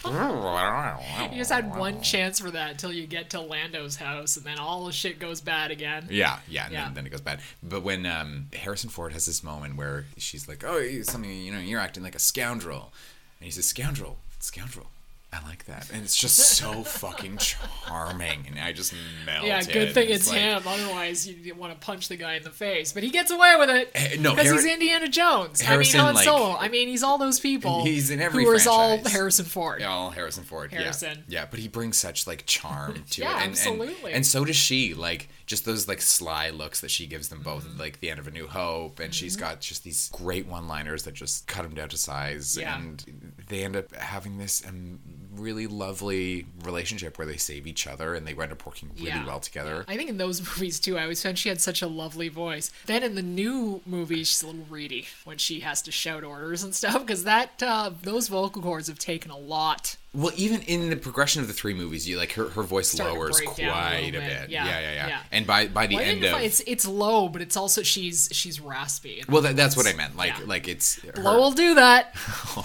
A: You just had
B: Oh.
A: one chance for that until you get to Lando's house, and then all the shit goes bad again.
B: Yeah, yeah, and
A: Yeah.
B: Then, then it goes bad. But when um, Harrison Ford has this moment where she's like, "Oh, you- something, you know, you're acting like a scoundrel," and he says, "Scoundrel, scoundrel." I like that, and it's just so fucking charming, and I just melt.
A: Yeah, good thing it's
B: like,
A: him. Otherwise, you'd want to punch the guy in the face. But he gets away with it
B: Eh, no,
A: because he's
B: Harri-
A: Indiana Jones.
B: Harrison,
A: I mean, Han
B: like-
A: Solo. I mean, he's all those people.
B: He's in every
A: who is all
B: franchise.
A: Harrison Ford.
B: Yeah, all Harrison Ford. yeah.
A: Harrison.
B: Yeah, but he brings such like charm to
A: Yeah,
B: it. and-
A: absolutely.
B: And, and so does she. Like just those like sly looks that she gives them both,
A: Mm-hmm.
B: at, like the end of A New Hope, and she's got just these great one-liners that just cut them down to size,
A: Yeah.
B: and they end up having this um, really lovely relationship where they save each other and they end up working really
A: Yeah.
B: well together.
A: I think in those movies too, I always found she had such a lovely voice. Then in the new movie, she's a little reedy when she has to shout orders and stuff because that uh, those vocal cords have taken a lot.
B: Well, even in the progression of the three movies, you like her, her voice
A: Started to
B: lowers
A: break down a little
B: quite a bit.
A: bit.
B: Yeah.
A: Yeah,
B: Yeah, yeah,
A: yeah.
B: And by by the
A: Well, I
B: end
A: didn't
B: of
A: find- it's it's low, but it's also she's she's raspy.
B: well, that, that's what I meant. Like,
A: Yeah.
B: like it's her-
A: Blow will do that.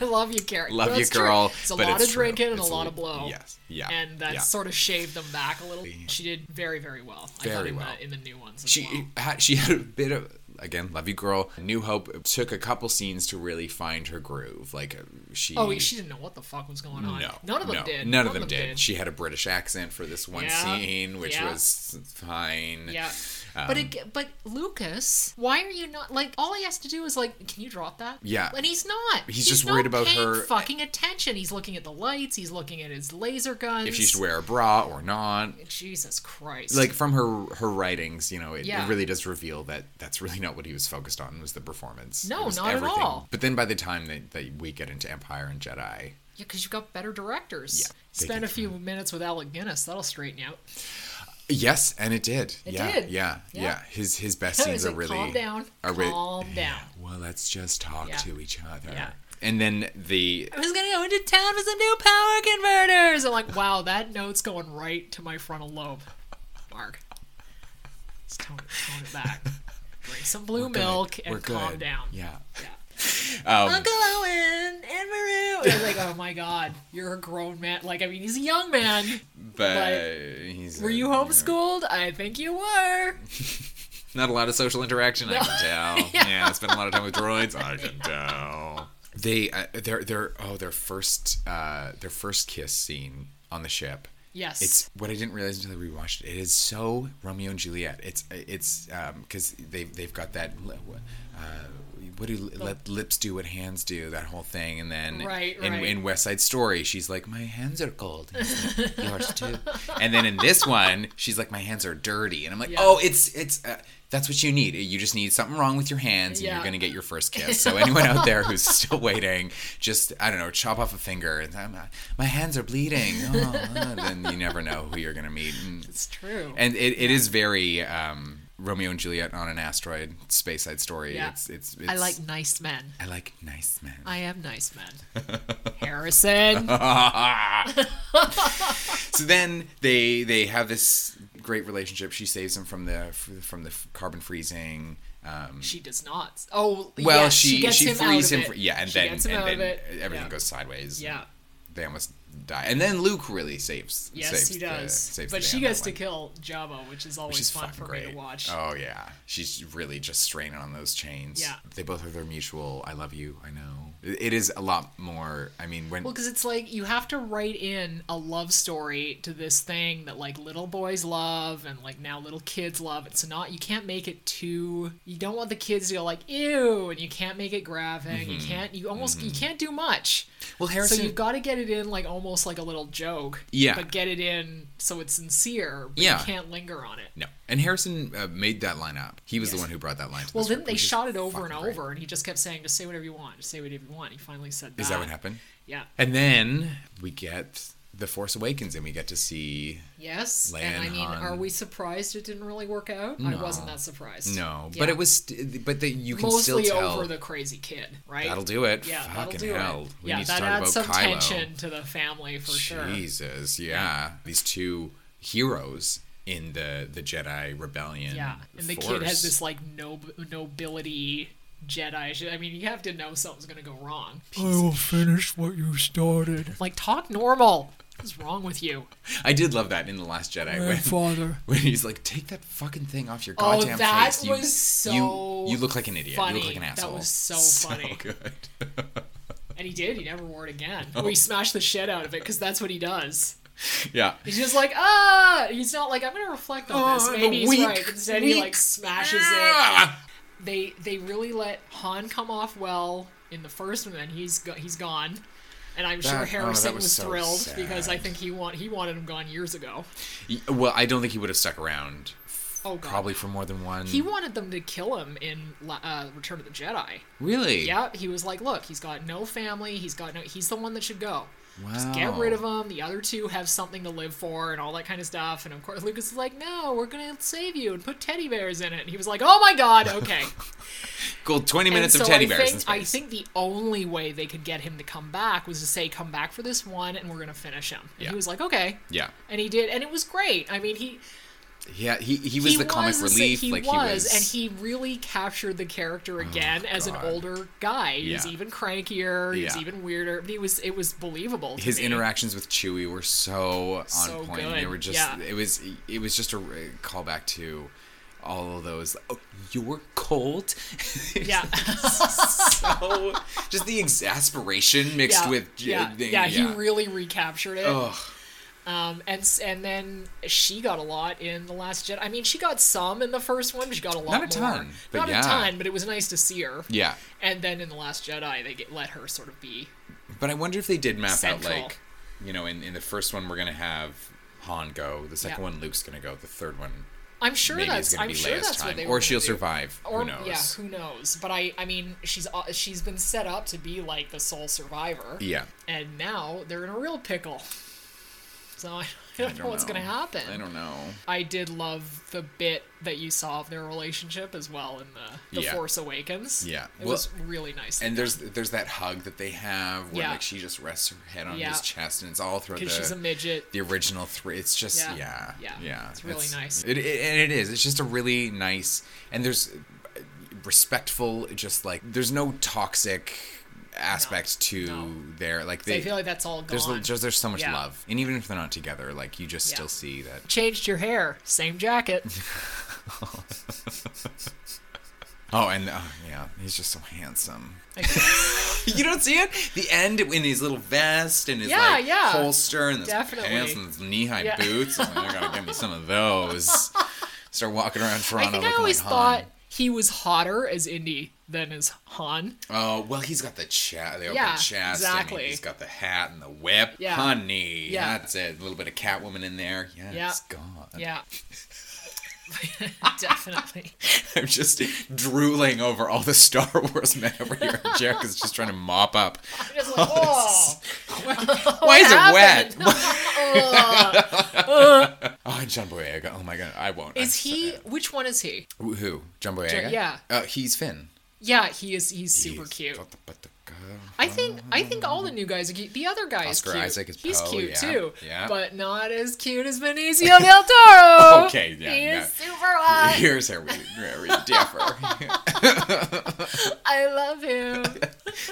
A: I love you, Carrie.
B: Love
A: But
B: you,
A: it's true.
B: girl,
A: It's a
B: but
A: lot
B: it's
A: of drinking
B: true.
A: and a
B: It's a
A: lot
B: li-
A: of blow.
B: yes, yeah,
A: And that
B: yeah.
A: sort of shaved them back a little. She did very, very well. I thought
B: Very
A: in,
B: well.
A: the, in the new ones as well.
B: she had, she had a bit of again love you girl new hope took a couple scenes to really find her groove like uh, she
A: Oh, she didn't know what the fuck was going on.
B: no
A: none of them
B: no,
A: did.
B: none, of them, did. she had a british accent for this one
A: Yeah,
B: scene which
A: yeah.
B: was fine Um,
A: Yeah. but it, but Lucas, why are you not like? All he has to do is like, can you drop that?
B: Yeah.
A: and he's not.
B: He's just
A: not
B: worried about
A: paying
B: her-
A: fucking attention. He's looking at the lights. He's looking at his laser guns.
B: if she should wear a bra or not
A: Jesus Christ!
B: like from her her writings you know it,
A: Yeah.
B: it really does reveal that that's really not what he was focused on was the performance
A: No,
B: It was
A: not at all.
B: but then by the time that, that we get into empire and jedi
A: yeah, because you've got better directors.
B: Yeah, they
A: Spend
B: can
A: a few minutes with Alec Guinness. That'll straighten you out.
B: Yes, and it did.
A: It
B: yeah,
A: did.
B: yeah, yeah,
A: Yeah.
B: His his best
A: It's
B: scenes are
A: like,
B: really
A: calm down,
B: Are re-
A: calm down.
B: Well, let's just talk
A: Yeah.
B: to each other.
A: Yeah.
B: And then the
A: I was gonna go into town with some new power converters. I'm like, wow, that note's going right to my frontal lobe. Mark, just tone, tone it back. Drink some blue milk
B: We're
A: and calm
B: good.
A: down.
B: Yeah. Um,
A: Uncle Owen and Maru. I was like, oh my god, you're a grown man. Like, I mean, he's a young man.
B: But
A: Like,
B: he's
A: Were
B: a-
A: you homeschooled? I think you were.
B: Not a lot of social interaction, I can tell. yeah. I spent a lot of time with droids. I can tell. They uh, their their oh their first uh their first kiss scene on the ship.
A: Yes.
B: It's what I didn't realize until I rewatched it. It is so Romeo and Juliet. It's it's um because they they've got that li- uh what do let lips do what hands do that whole thing and then
A: Right,
B: in,
A: right.
B: in West Side Story she's like my hands are cold and he's like, yours too and then in this one she's like my hands are dirty and I'm like
A: Yeah.
B: oh it's it's uh, that's what you need you just need something wrong with your hands and you're
A: Yeah.
B: gonna get your first kiss so anyone out there who's still waiting just I don't know chop off a finger and I'm, uh, my hands are bleeding oh, uh, then you never know who you're gonna meet and,
A: It's true.
B: and it, it is very um, Romeo and Juliet on an asteroid space side story
A: Yeah.
B: it's, it's it's
A: I like nice men.
B: I like nice men.
A: I am nice men. Harrison.
B: so then they they have this great relationship. She saves him from the from the carbon freezing. Um,
A: She does not. Oh,
B: well,
A: yes,
B: she she,
A: gets him
B: frees
A: out
B: him.
A: of
B: fr-
A: it.
B: yeah, and
A: She
B: then
A: gets him
B: and
A: out
B: then
A: of it.
B: everything
A: Yeah.
B: goes sideways. and
A: Yeah.
B: they almost die. And then Luke really saves.
A: Yes,
B: saves
A: he
B: the-
A: does.
B: saves the
A: but
B: day
A: she
B: on that
A: gets to
B: one.
A: kill Jabba, which is always
B: She's
A: fun
B: fucking
A: for
B: great.
A: me to watch.
B: Oh yeah, she's really just straining on those chains.
A: Yeah.
B: they both have their mutual "I love you, I know." It it is a lot more. I mean, when
A: Well, because it's like you have to write in a love story to this thing that like little boys love and like now little kids love. It's not you can't make it too. You don't want the kids to go like ew, and you can't make it graphic. You can't. You almost you can't do much.
B: Mm-hmm. well Harrison,
A: so you've got to get it in like almost like a little joke.
B: Yeah.
A: But get it in so it's sincere. But
B: Yeah.
A: You can't linger on it.
B: No. And Harrison uh, made that line up. He was the one who brought that line to
A: Well,
B: the
A: then
B: script,
A: they
B: which is
A: shot it over and
B: fucking great.
A: over, and he just kept saying, "Just say whatever you want. Just say whatever you want." He finally said that.
B: Is that what happened?
A: Yeah.
B: And then we get The Force Awakens and we get to see.
A: Yes. and I
B: Lan
A: mean,
B: Han.
A: are we surprised it didn't really work out? I wasn't that surprised.
B: No,
A: Yeah.
B: but it was. st- But that you can
A: mostly
B: still tell.
A: over the crazy kid, right?
B: That'll do it.
A: Yeah,
B: Fucking
A: that'll do
B: hell.
A: it.
B: We
A: yeah,
B: need to
A: that
B: talk about
A: adds some
B: Kylo.
A: tension to the family for sure.
B: Jesus. Yeah. These two heroes in the the Jedi Rebellion.
A: Yeah, and the kid has
B: force.
A: this like nob- nobility Jedi. Shit. I mean, you have to know something's gonna go wrong. I will finish what you started. Like, talk normal. What's wrong with you?
B: I did love that in the Last Jedi when,
A: Father.
B: when he's like, "Take that fucking thing off your
A: Oh,
B: goddamn
A: that
B: face." You-
A: was so
B: you, you look like an idiot. You
A: funny.
B: look like an
A: That
B: asshole. Oh,
A: was so funny.
B: good.
A: And he did. He never wore it again.
B: Oh.
A: Or he smashed the shit out of it because that's what he does.
B: yeah.
A: He's just like, ah. He's not like, I'm gonna reflect on this.
B: Oh, I'm a
A: Maybe he's
B: weak-
A: right. Instead, he
B: weak-
A: like smashes it.
B: Ah!
A: they they really let Han come off well in the first one, and he's go- he's gone. And I'm
B: oh,
A: sure
B: that
A: Harrison
B: was
A: was,
B: so
A: thrilled because I
B: sad.
A: think he want he wanted him gone years ago.
B: Y- Well, I don't think he would have stuck around.
A: Oh god,
B: Probably for more than one.
A: he wanted them to kill him in La- uh, Return of the Jedi.
B: really?
A: Yeah, he was like, look, he's got no family. He's got no. He's the one that should go.
B: Wow.
A: Just get
B: Oh.
A: rid of him. The other two have something to live for and all that kind of stuff. And of course, Lucas is like, no, we're gonna save you and put teddy bears in it. And he was like, oh my god, okay.
B: Cool. Twenty
A: And
B: minutes
A: so
B: of teddy
A: I
B: bears.
A: Think,
B: in
A: I
B: space.
A: think the only way they could get him to come back was to say, "Come back for this one, and we're gonna finish him." And
B: Yeah.
A: he was like, "Okay."
B: Yeah.
A: And he did, and it was great. I mean, he
B: Yeah. He he was
A: he
B: the comic
A: was,
B: relief.
A: He
B: like
A: was,
B: he was. Oh,
A: and he really captured the character again as an
B: God.
A: older guy. He was
B: Yeah.
A: even crankier. He was
B: Yeah.
A: even weirder. He was. It was believable. to
B: his
A: me.
B: interactions with Chewie were so on
A: So
B: point.
A: good,
B: They were just
A: yeah.
B: it was it was just a r- callback to all of those. Oh, you're cold.
A: Yeah.
B: so just the exasperation mixed
A: yeah,
B: with j-
A: yeah,
B: the-
A: yeah, he really recaptured it.
B: Ugh.
A: Um, and s- and then she got a lot in the Last Jedi. I mean, she got some in the first one. But she got a lot,
B: Not a
A: more.
B: ton, but
A: not
B: yeah.
A: a ton, but it was nice to see her.
B: Yeah.
A: And then in the Last Jedi, they get, let her sort of be.
B: But I wonder if they did map
A: Central.
B: out like, you know, in, in the first one we're gonna have Han go, the second
A: Yeah.
B: one Luke's gonna go, the third one
A: I'm sure
B: maybe
A: that's.
B: is gonna
A: I'm
B: be
A: sure
B: Leia's
A: that's what
B: time,
A: they were
B: or
A: gonna
B: she'll
A: do.
B: survive.
A: Or
B: who knows?
A: yeah, who knows? But I, I mean, she's uh, she's been set up to be like the sole survivor.
B: Yeah.
A: And now they're in a real pickle. So I don't, know what's gonna happen.
B: I don't know.
A: I did love the bit that you saw of their relationship as well in the, the
B: Yeah.
A: Force Awakens.
B: Yeah.
A: it
B: Well,
A: was really nice.
B: And there's there's that hug that they have where
A: Yeah.
B: like she just rests her head on
A: Yeah.
B: his chest and it's all throughout the
A: because she's a midget.
B: the original three. It's just
A: Yeah.
B: yeah, yeah,
A: Yeah. It's really nice.
B: It, it and it is. It's just a really nice and there's uh, respectful. Just like there's no toxic aspect to
A: No.
B: their like
A: So
B: they.
A: I feel like that's all gone.
B: there's li- just there's so much
A: Yeah.
B: love, and even if they're not together, like you just
A: Yeah.
B: still see that.
A: Changed your hair, same jacket.
B: Oh, and oh, yeah, he's just so handsome.
A: I guess.
B: you don't see it? The end in his little vest and his
A: Yeah,
B: like
A: yeah.
B: holster and his
A: Definitely.
B: pants and his knee high
A: Yeah.
B: boots. I'm like, "Oh I gotta get me some of those. Start walking around
A: I
B: Toronto.
A: think I
B: looking
A: always
B: like Han.
A: thought he was hotter as Indy than as Han.
B: Oh well, he's got the chat. The open
A: Yeah,
B: chest.
A: exactly.
B: And he's got the hat and the whip.
A: Yeah.
B: Honey,
A: Yeah.
B: that's it. A little bit of Catwoman in there. Yes,
A: Yeah.
B: God.
A: Yeah. Definitely.
B: I'm just drooling over all the Star Wars men over here. And Jack is just trying to mop up.
A: Just like, oh,
B: Why is
A: happened?
B: it wet? oh, and John Boyega. Oh my God, I won't. I'm
A: Uh. is
B: so-
A: he? Which one is he?
B: Who- Who? John Boyega?
A: yeah.
B: Uh, he's Finn.
A: Yeah, he is. He's super
B: He's-
A: cute.
B: but the-
A: I think I think all the new guys are cute. The other guy
B: Oscar
A: is cute.
B: Isaac is
A: He's
B: Poe,
A: cute
B: yeah,
A: too.
B: yeah.
A: But not as cute as Benicio del Toro.
B: Okay, yeah,
A: Oh, He
B: no.
A: is super hot.
B: Here's where we, where we differ.
A: I love him.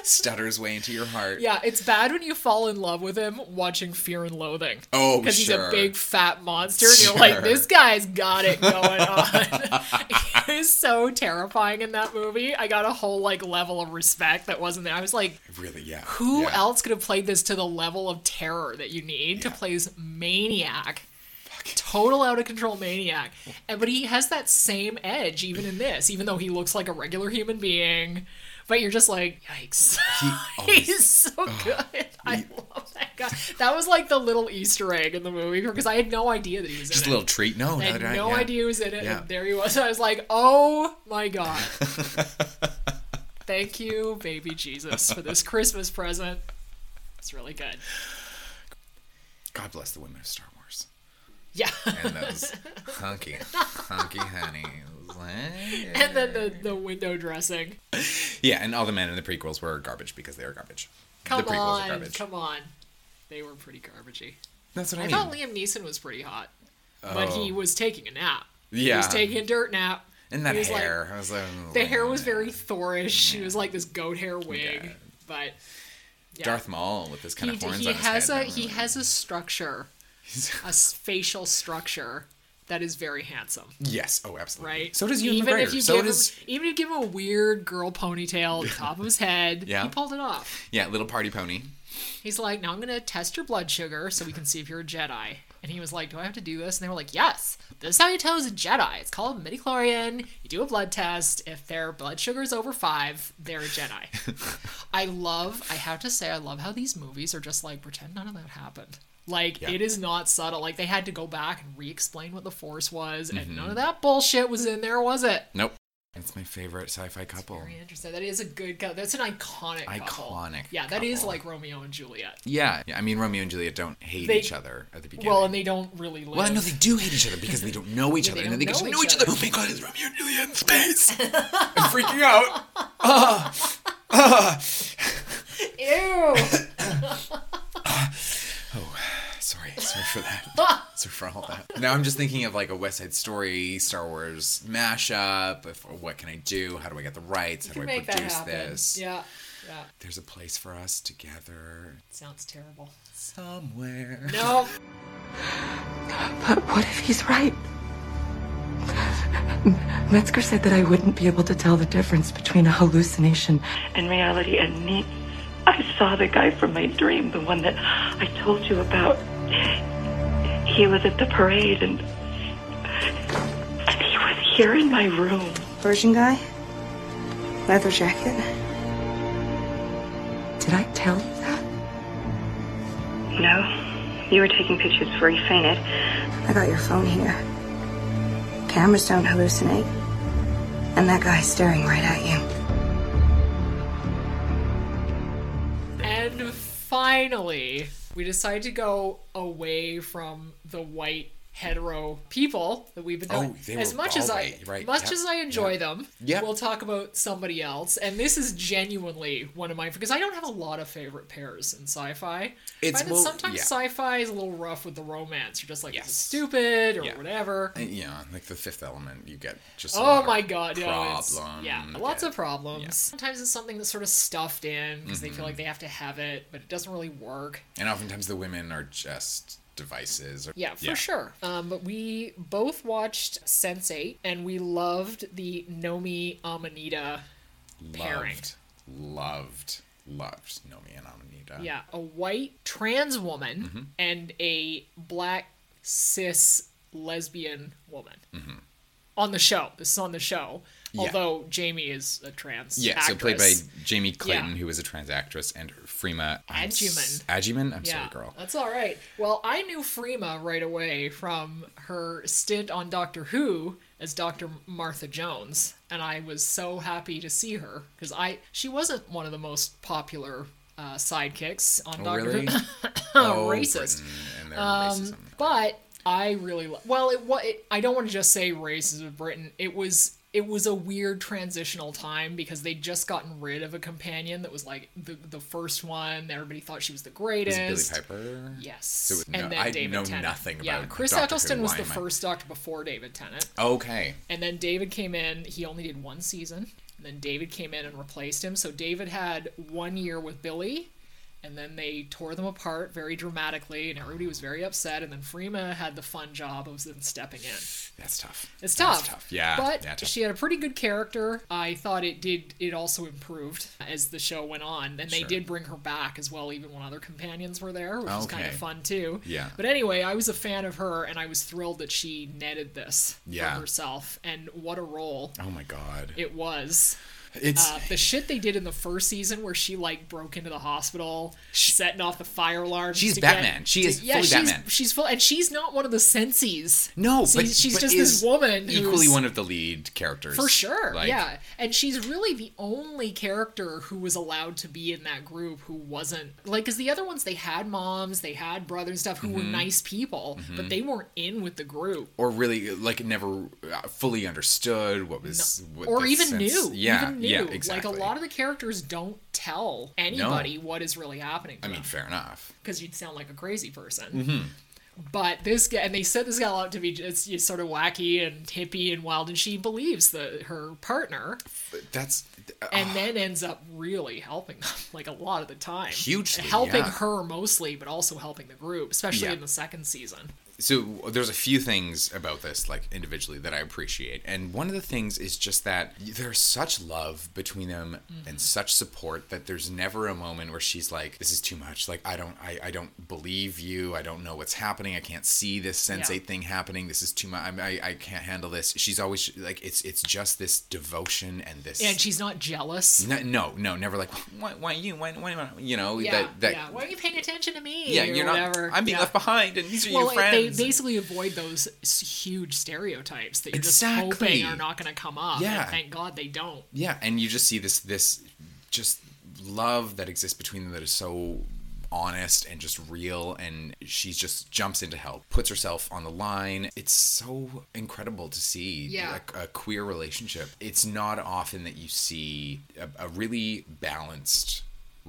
B: Stutters way into your heart.
A: Yeah, it's bad when you fall in love with him watching Fear and Loathing.
B: Oh,
A: Because he's a
B: sure.
A: big fat monster, and you're
B: Sure.
A: like, this guy's got it going on. he is so terrifying in that movie. I got a whole like level of respect that wasn't there. I was like,
B: Really, yeah.
A: who
B: yeah.
A: else could have played this to the level of terror that you need to
B: Yeah.
A: play this maniac? Total out of control maniac. And but he has that same edge even in this, even though he looks like a regular human being. But you're just like, yikes. He's so good. I love that guy. That was like the little Easter egg in the movie because I had no idea that he was
B: Just
A: in
B: a
A: it.
B: little treat. No,
A: I had
B: no,
A: no
B: yeah.
A: idea he was in it,
B: Yeah.
A: and there he was. I was like, oh my god. Thank you, baby Jesus, for this Christmas present. It's really good.
B: God bless the women of Star Wars.
A: Yeah.
B: And those hunky, hunky honeys.
A: And then the, the window dressing.
B: Yeah, and all the men in the prequels were garbage because they were garbage.
A: Come
B: the prequels are
A: on.
B: garbage.
A: Come on. They were pretty garbagey.
B: That's what I,
A: I
B: mean. Oh.
A: thought Liam Neeson was pretty hot. but he was taking a nap. He
B: Yeah.
A: was taking a dirt nap.
B: And that
A: He was like-
B: hair. I was like, "Oh,
A: the hair was very Thorish. It was like this goat hair wig, but yeah.
B: Darth Maul with this kind
A: he,
B: of horns
A: he
B: on his
A: has
B: head.
A: a he has a structure, a s- facial structure that is very handsome,
B: yes. Oh, absolutely.
A: right?
B: So does you
A: even
B: McGregor.
A: if you
B: so
A: give
B: does
A: him, even if you give him a weird girl ponytail at the top of his head,
B: Yeah.
A: he pulled it off.
B: yeah, little party pony.
A: He's like, now I'm gonna test your blood sugar so we can see if you're a Jedi. And he was like, do I have to do this? And they were like, yes. This is how you tell who's a Jedi. It's called midi chlorian. You do a blood test. If their blood sugar is over five, they're a Jedi. I love. I have to say, I love how these movies are just like pretend none of that happened. Like it is not subtle. Like they had to go back and re-explain what the Force was, and
B: Mm-hmm.
A: none of that bullshit was in there, was it?
B: Nope. That's my favorite sci-fi couple.
A: Very interesting. That is a good. Couple. That's an iconic. couple.
B: Iconic
A: Yeah, that is
B: couple.
A: like Romeo and Juliet.
B: Yeah. yeah. I mean, Romeo and Juliet don't hate
A: They-
B: each other at the beginning.
A: Well, and they don't really live.
B: Well, no, they do hate each other because they don't know each
A: Yeah,
B: other,
A: they
B: and then they
A: don't
B: get to
A: know
B: know
A: each
B: each other.
A: other.
B: Oh my God, it's Romeo and Juliet in space! I'm freaking out. Ah.
A: Ew.
B: Oh, Sorry, sorry for that. sorry for all that. Now I'm just thinking of like a West Side Story, Star Wars mashup. If, what can I do? How do I get the rights? How do I
A: Make that
B: produce
A: happen.
B: this?
A: Yeah. Yeah.
B: There's a place for us together
A: Sounds terrible.
B: somewhere.
A: No.
H: But what if he's right? Metzger said that I wouldn't be able to tell the difference between a hallucination and reality, and me, I saw the guy from my dream, the one that I told you about. He was at the parade, and, and he was here in my room.
F: Persian guy? Leather jacket?
H: Did I tell you that?
I: No. You were taking pictures before you fainted.
F: I got your phone here. Cameras don't hallucinate. And that guy's staring right at you.
A: And finally, we decide to go away from the white hetero people that we've been
B: Oh,
A: doing.
B: they
A: as
B: were
A: much as
B: all
A: I
B: white, right,
A: much
B: yep,
A: as I enjoy them,
B: Yep.
A: we'll talk about somebody else. And this is genuinely one of mine because I don't have a lot of favorite pairs in sci-fi.
B: It's-
A: I find that
B: well,
A: sometimes
B: yeah.
A: sci-fi is a little rough with the romance. You're just like, this
B: Yes.
A: is stupid or
B: Yeah.
A: whatever.
B: Yeah, like the fifth element, you get just. a lot
A: Oh
B: of
A: my god, yeah, it's-
B: problem.
A: yeah,
B: You
A: lots
B: get-
A: of problems. Sometimes it's something that's sort of stuffed in because they feel
B: Mm-hmm.
A: like they have to have it, but it doesn't really work.
B: And oftentimes the women are just devices. Or,
A: Yeah, for sure. Um, but we both watched Sense8 and we loved the Nomi Amanita. pairing.
B: Loved, loved, loved Nomi and Amanita.
A: Yeah, a white trans woman
B: Mm-hmm.
A: and a black cis lesbian woman. On the show. This is on the show.
B: Mm-hmm. Yeah.
A: Although Jamie is a trans
B: Yeah, so played by
A: actress.
B: Jamie Clayton,
A: Yeah.
B: who was a trans actress, and Freema I'm s-
A: Adjiman.
B: Adjiman? I'm sorry, girl.
A: That's all right. Well, I knew Freema right away from her stint on Doctor Who as Dr. Martha Jones, and I was so happy to see her because I she wasn't one of the most popular uh, sidekicks on
B: Oh,
A: Doctor
B: really?
A: Who.
B: oh,
A: racist.
B: Britain And their
A: Um,
B: racism.
A: But I really lo- well. It, wa- it I don't want to just say races of Britain. It was it was a weird transitional time because they'd just gotten rid of a companion that was like the the first one. Everybody thought she was the
B: Is
A: greatest.
B: it Billy Piper?
A: Yes.
B: was- no, I know nothing
A: Yeah,
B: about
A: Chris
B: Doctor Who.
A: Eccleston was
B: Why
A: the
B: am I- Oh.
A: first Doctor before David Tennant,
B: Okay.
A: and then David came in. He only did one season, and then David came in and replaced him. So David had one year with Billy, and then they tore them apart very dramatically, and everybody was very upset. And then Freema had the fun job of then stepping in.
B: That's tough.
A: It's tough.
B: That's Yeah.
A: But
B: yeah, tough.
A: she had a pretty good character. I thought it did it also improved as the show went on. And they
B: Sure.
A: did bring her back as well, even when other companions were there, which was kind of
B: Okay.
A: fun too.
B: Yeah.
A: But anyway, I was a fan of her and I was thrilled that she netted this
B: Yeah.
A: for herself and what a role
B: oh my God.
A: it was.
B: it's.
A: Uh, the shit they did in the first season where she like broke into the hospital, setting off the fire alarm.
B: She's
A: to
B: Batman.
A: Get,
B: She
A: to-
B: is
A: yeah,
B: fully
A: she's,
B: Batman.
A: She's full, and she's not one of the sensies.
B: no,
A: she's,
B: but
A: she's
B: but
A: just
B: is
A: this woman.
B: Equally
A: who's,
B: one of the lead characters.
A: for sure.
B: Like,
A: yeah. And she's really the only character who was allowed to be in that group who wasn't like cuz the other ones they had moms, they had brothers and stuff who
B: Mm-hmm.
A: were nice people, but they weren't in with the group
B: Or really, like, never uh, fully understood what was. what
A: or
B: the
A: even
B: sense-
A: knew.
B: Yeah.
A: even knew.
B: Yeah. Exactly.
A: Like a lot of the characters don't tell anybody what is really happening.
B: I mean, fair enough. Mm-hmm.
A: cuz you'd sound like a crazy person. But this guy, and they set this guy up to be just you know, sort of wacky and hippie and wild, and she believes the her partner,
B: That's
A: and then ends up really helping them, like a lot of the time.
B: Hugely,
A: helping
B: yeah.
A: her mostly, but also helping the group, especially
B: Yeah.
A: in the second season.
B: so there's a few things about this like individually that i appreciate and one of the things is just that there's such love between them
A: Mm-hmm.
B: and such support that there's never a moment where she's like this is too much like i don't i, I don't believe you i don't know what's happening i can't see this sensate
A: Yeah.
B: thing happening this is too much I'm, I, I can't handle this she's always like it's it's just this devotion and this
A: And she's not jealous.
B: no, no, no, never like why, why you, why, why, not?" you know
A: Yeah,
B: Mm, that that
A: yeah. Why are you paying attention to me?
B: yeah,
A: or
B: you're
A: whatever.
B: not. I'm being
A: Yeah.
B: left behind, and these are
A: Well,
B: your
A: it-
B: friends.
A: they basically avoid those s- huge stereotypes that you're just
B: Exactly.
A: hoping are not going to come up.
B: Yeah.
A: And thank God they don't.
B: yeah and you just see this this just love that exists between them that is so honest and just real and she just jumps into help puts herself on the line it's so incredible to see
A: Yeah.
B: a, a queer relationship it's not often that you see a, a really balanced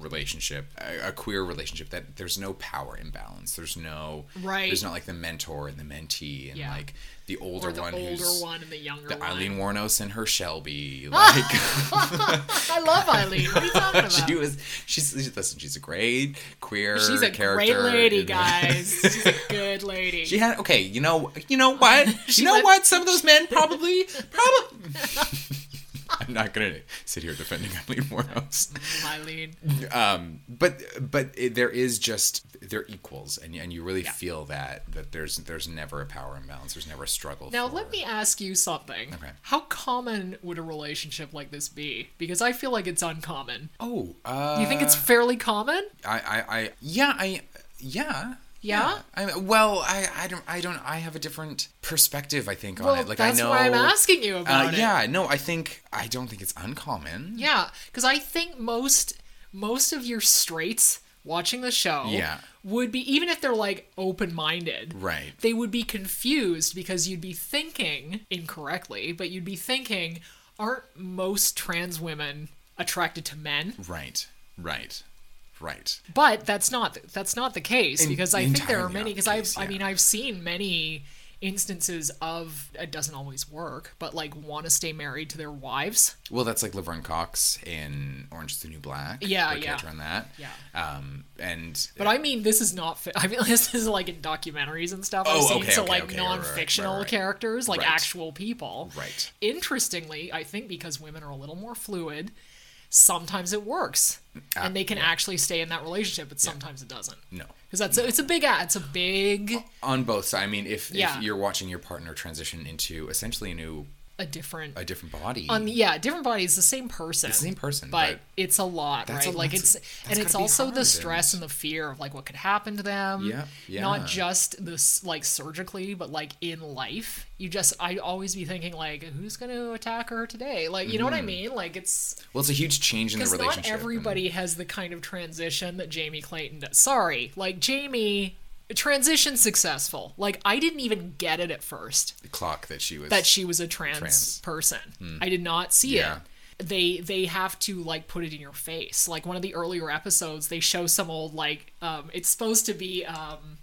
B: relationship a, a queer relationship that there's no power imbalance there's no
A: Right.
B: there's not like the mentor and the mentee and
A: Yeah.
B: like the older
A: Or the
B: one
A: older
B: who's
A: one and the younger
B: the
A: one.
B: Eileen Warnos and her Shelby like
A: I love Eileen. What are you talking about?
B: she was she's listen she's a great queer
A: She's a
B: character
A: great lady,
B: in-
A: guys. She's a good lady.
B: she had okay you know you know what you know
A: let-
B: what some of those men probably probably i'm not gonna sit here defending eileen morehouse
A: Eileen.
B: um but but it, there is just they're equals and, and you really feel that that there's there's never a power imbalance there's never a struggle
A: Now,
B: for-
A: let me ask you something.
B: Okay.
A: How common would a relationship like this be? Because I feel like it's uncommon.
B: oh uh
A: You think it's fairly common?
B: I, I, I yeah, I, yeah.
A: Yeah?
B: I, well, I, I don't, I don't, I have a different perspective. I think on
A: Well,
B: it. Like
A: that's
B: I know.
A: why I'm asking you
B: Uh,
A: about it.
B: yeah, no, I think I don't think it's uncommon.
A: Yeah, because I think most most of your straights watching the show
B: Yeah.
A: would be even if they're like open minded,
B: Right.
A: They would be confused because you'd be thinking incorrectly, but you'd be thinking, aren't most trans women attracted to men?
B: Right. Right. Right.
A: But that's not that's not the case because I think there are
B: entirely
A: many
B: not the
A: because I've
B: case,
A: I
B: yeah.
A: mean I've seen many instances of it doesn't always work, but like want to stay married to their wives.
B: Well, that's like Laverne Cox in Orange is the New Black.
A: Yeah,
B: her
A: yeah.
B: character on that.
A: Yeah.
B: Um, and
A: But I mean, this is not. Fi- I mean, this is like in documentaries and stuff. I've
B: Oh,
A: seen,
B: okay,
A: so
B: okay,
A: like
B: okay, right, right, right,
A: non-fictional
B: right, right.
A: characters, like
B: Right.
A: actual people.
B: Right.
A: Interestingly, I think because women are a little more fluid, sometimes it works, and they can actually stay in that relationship, but sometimes it doesn't.
B: Ah, no.
A: Because that's a, it's a big ad. It's a big
B: On both sides. I mean, if,
A: Yeah.
B: if you're watching your partner transition into essentially a new,
A: a different.
B: a different body,
A: on the, yeah, different bodies, the same person.
B: the same person,
A: but,
B: but
A: it's a lot,
B: that's a-
A: right? like it's
B: that's a-
A: and
B: that's
A: it's
B: gotta be
A: also
B: hard
A: the
B: and-
A: stress and the fear of like what could happen to them.
B: Yeah, yeah.
A: Not just this like surgically, but like in life, you just I always be thinking like, who's going to attack her today? Like, you know what I mean? Like it's
B: well, it's a huge change Mm-hmm. in the
A: because
B: relationship.
A: not
B: and-
A: everybody has the kind of transition that Jamie Clayton does. Sorry, like Jamie transition successful. Like I didn't even get it at first
B: clock that she was
A: that she was a trans,
B: Trans. Hmm.
A: person. I did not see
B: Yeah.
A: it. They they have to like put it in your face. Like one of the earlier episodes, they show some old like um, it's supposed to be um,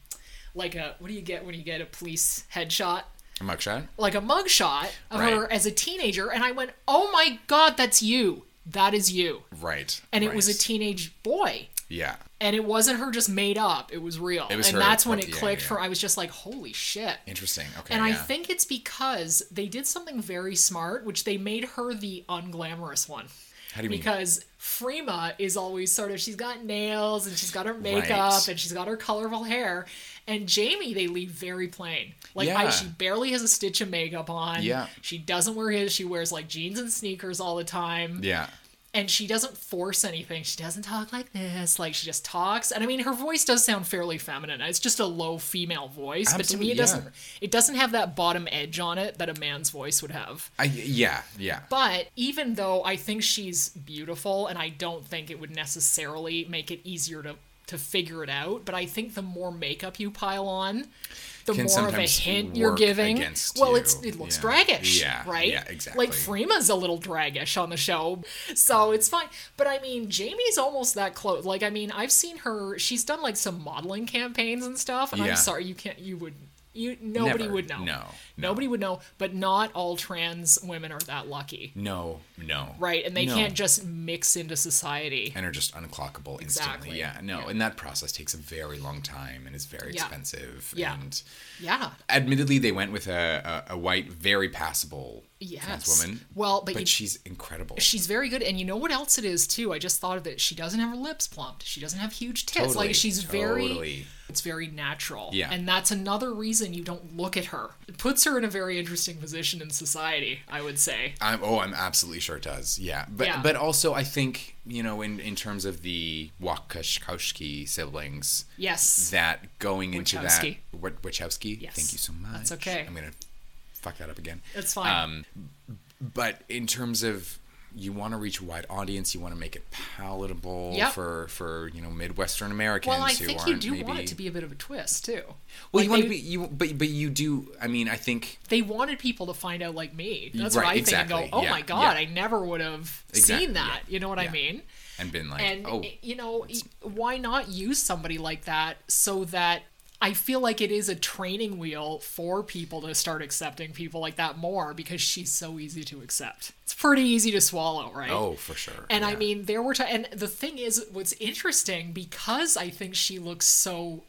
A: like a what do you get when you get a police headshot?
B: a mugshot.
A: Like a mugshot of
B: Right.
A: her as a teenager, and I went, oh my god, that's you. That is you.
B: Right.
A: And it was a
B: right.
A: teenage boy.
B: Yeah.
A: And it wasn't her just made up. It was real.
B: was
A: and
B: her.
A: that's when it
B: Yeah, yeah,
A: clicked
B: yeah.
A: for I was just like, holy shit.
B: Interesting. Okay.
A: And I
B: yeah.
A: think it's because they did something very smart, which they made her the unglamorous one.
B: How do you mean?
A: Because Freema is always sort of she's got nails and she's got her makeup
B: Right.
A: and she's got her colorful hair. And Jamie, they leave very plain. Like I,
B: Yeah.
A: she barely has a stitch of makeup on.
B: Yeah.
A: She doesn't wear his. She wears like jeans and sneakers all the time.
B: Yeah.
A: And she doesn't force anything. She doesn't talk like this. Like she just talks. And I mean, her voice does sound fairly feminine. It's just a low female voice, but to me,
B: Absolutely,
A: it doesn't.
B: yeah.
A: It doesn't have that bottom edge on it that a man's voice would have.
B: I yeah yeah.
A: But even though I think she's beautiful, and I don't think it would necessarily make it easier to to figure it out. But I think the more makeup you pile on, the more
B: Can
A: of a
B: sometimes
A: hint you're
B: work
A: giving.
B: against
A: well,
B: you.
A: it's it looks
B: Yeah.
A: draggish,
B: Yeah,
A: right?
B: yeah, exactly.
A: Like Freema's a little draggish on the show, so it's fine. But I mean, Jamie's almost that close. Like, I mean, I've seen her. She's done like some modeling campaigns and stuff. And
B: Yeah.
A: I'm sorry, you can't. You would. You nobody
B: Never.
A: would know.
B: No, no.
A: Nobody would know. But not all trans women are that lucky,
B: No, no.
A: right? And they
B: No.
A: can't just mix into society.
B: and are just unclockable instantly.
A: Exactly.
B: Yeah, no, and that process takes a very long time and is very
A: Yeah.
B: expensive.
A: Yeah.
B: And
A: yeah.
B: admittedly, they went with a, a, a white, very passable
A: Yes.
B: trans woman.
A: Well, but you-
B: she's incredible.
A: She's very good, and you know what else it is too. I just thought of it. She doesn't have her lips plumped. She doesn't have huge tits.
B: Totally,
A: like she's very,
B: totally.
A: it's very natural.
B: Yeah.
A: and that's another reason you don't look at her. It puts her in a very interesting position in society. I would say.
B: I'm, oh, I'm absolutely sure it does. Yeah, but
A: Yeah.
B: but also I think you know in, in terms of the Wachowski siblings,
A: Yes.
B: that going into
A: Wachowski.
B: that Wa- Wachowski.
A: Yes.
B: Thank you so much.
A: That's okay.
B: I'm gonna fuck that up again.
A: That's fine.
B: Um, but in terms of you want to reach a wide audience, you want to make it palatable
A: Yep.
B: for for you know Midwestern Americans
A: well, I
B: who
A: think
B: aren't
A: you do
B: maybe.
A: want it to be a bit of a twist too.
B: well,
A: Like,
B: you want
A: they,
B: to be you, but but you do. I mean, I think
A: They wanted people to find out like me. That's
B: Right,
A: what I think.
B: exactly.
A: And go, oh
B: Yeah,
A: my god,
B: yeah.
A: I never would have
B: Exact-
A: seen that.
B: yeah,
A: You know what I
B: yeah.
A: mean?
B: and been like,
A: and
B: oh,
A: y- you know y- why not use somebody like that so that i feel like it is a training wheel for people to start accepting people like that more because she's so easy to accept it's pretty easy to swallow right
B: oh, for sure.
A: and i
B: yeah.
A: mean there were t- and the thing is what's interesting because i think she looks so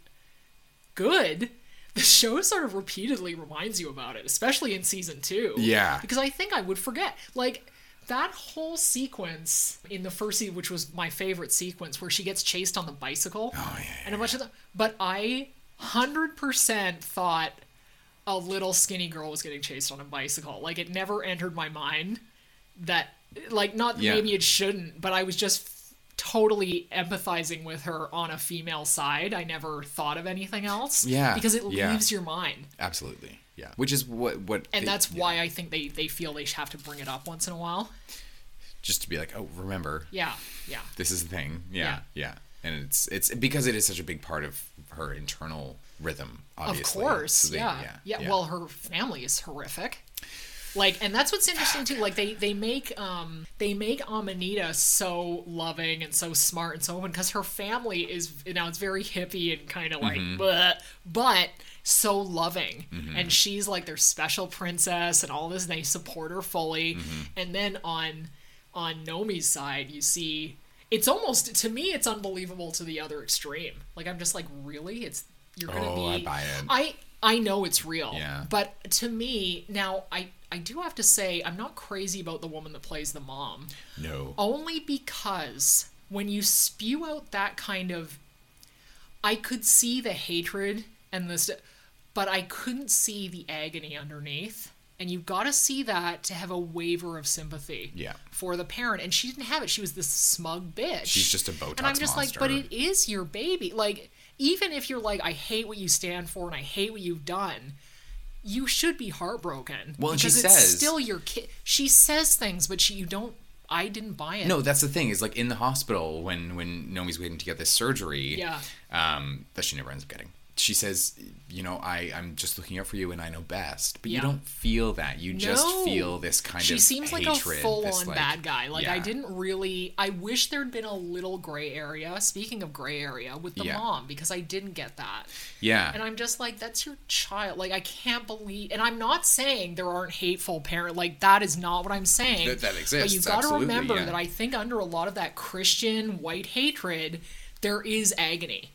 A: good the show sort of repeatedly reminds you about it especially in season two
B: Yeah.
A: because i think i would forget like that whole sequence in the first season which was my favorite sequence where she gets chased on the bicycle oh, yeah, and a bunch of the but i 100% thought a little skinny girl was getting chased on a bicycle like it never entered my mind that like not that
B: Yeah.
A: maybe it shouldn't but i was just totally empathizing with her on a female side i never thought of anything else
B: Yeah,
A: because it
B: yeah.
A: leaves your mind
B: absolutely, yeah. Which is what what
A: and
B: they-
A: that's
B: yeah,
A: why i think they they feel they have to bring it up once in a while
B: just to be like, oh, remember,
A: yeah yeah
B: this is the thing. Yeah, yeah, And it's it's because it is such a big part of her internal rhythm.
A: of
B: Obviously,
A: course
B: So they-
A: yeah. yeah well her family is horrific like and that's what's interesting too like they they make um they make amanita so loving and so smart and so open because her family is you know it's very hippie and kind of like
B: Mm-hmm.
A: bleh, but so loving and she's like their special princess and all this and they support her fully
B: Mm-hmm.
A: and then on on nomi's side you see it's almost to me it's unbelievable to the other extreme like i'm just like really it's you're gonna
B: Oh, I
A: be
B: buy it.
A: I I know it's real.
B: Yeah.
A: But to me now, I I do have to say I'm not crazy about the woman that plays the mom,
B: no.
A: only because when you spew out that kind of, I could see the hatred and this, but I couldn't see the agony underneath. And you've got to see that to have a waver of sympathy
B: Yeah.
A: for the parent. And she didn't have it. She was this smug bitch.
B: She's just a Botox
A: And I'm just like, but
B: monster.
A: it is your baby. Like, even if you're like, I hate what you stand for and I hate what you've done, you should be heartbroken.
B: Well, and she
A: because it's
B: says-
A: still your kid. She says things, but she you don't. I didn't buy it.
B: No, that's the thing. Is like in the hospital when when Nomi's waiting to get this surgery.
A: Yeah.
B: Um, that she never ends up getting. She says, "You know, I I'm just looking out for you, and I know best." But you
A: Yeah.
B: don't feel that. You just
A: No.
B: feel this kind
A: she
B: of.
A: seems like a
B: hatred, this,
A: full-on
B: like-
A: bad guy like i
B: Yeah.
A: didn't really i wish there'd been a little gray area speaking of gray area with the
B: Yeah.
A: mom because i didn't get that
B: Yeah.
A: and i'm just like that's your child like i can't believe and i'm not saying there aren't hateful parent like that is not what i'm saying
B: That- that
A: but
B: exists,
A: you've got to
B: absolutely,
A: remember
B: yeah.
A: that i think under a lot of that christian white hatred there is agony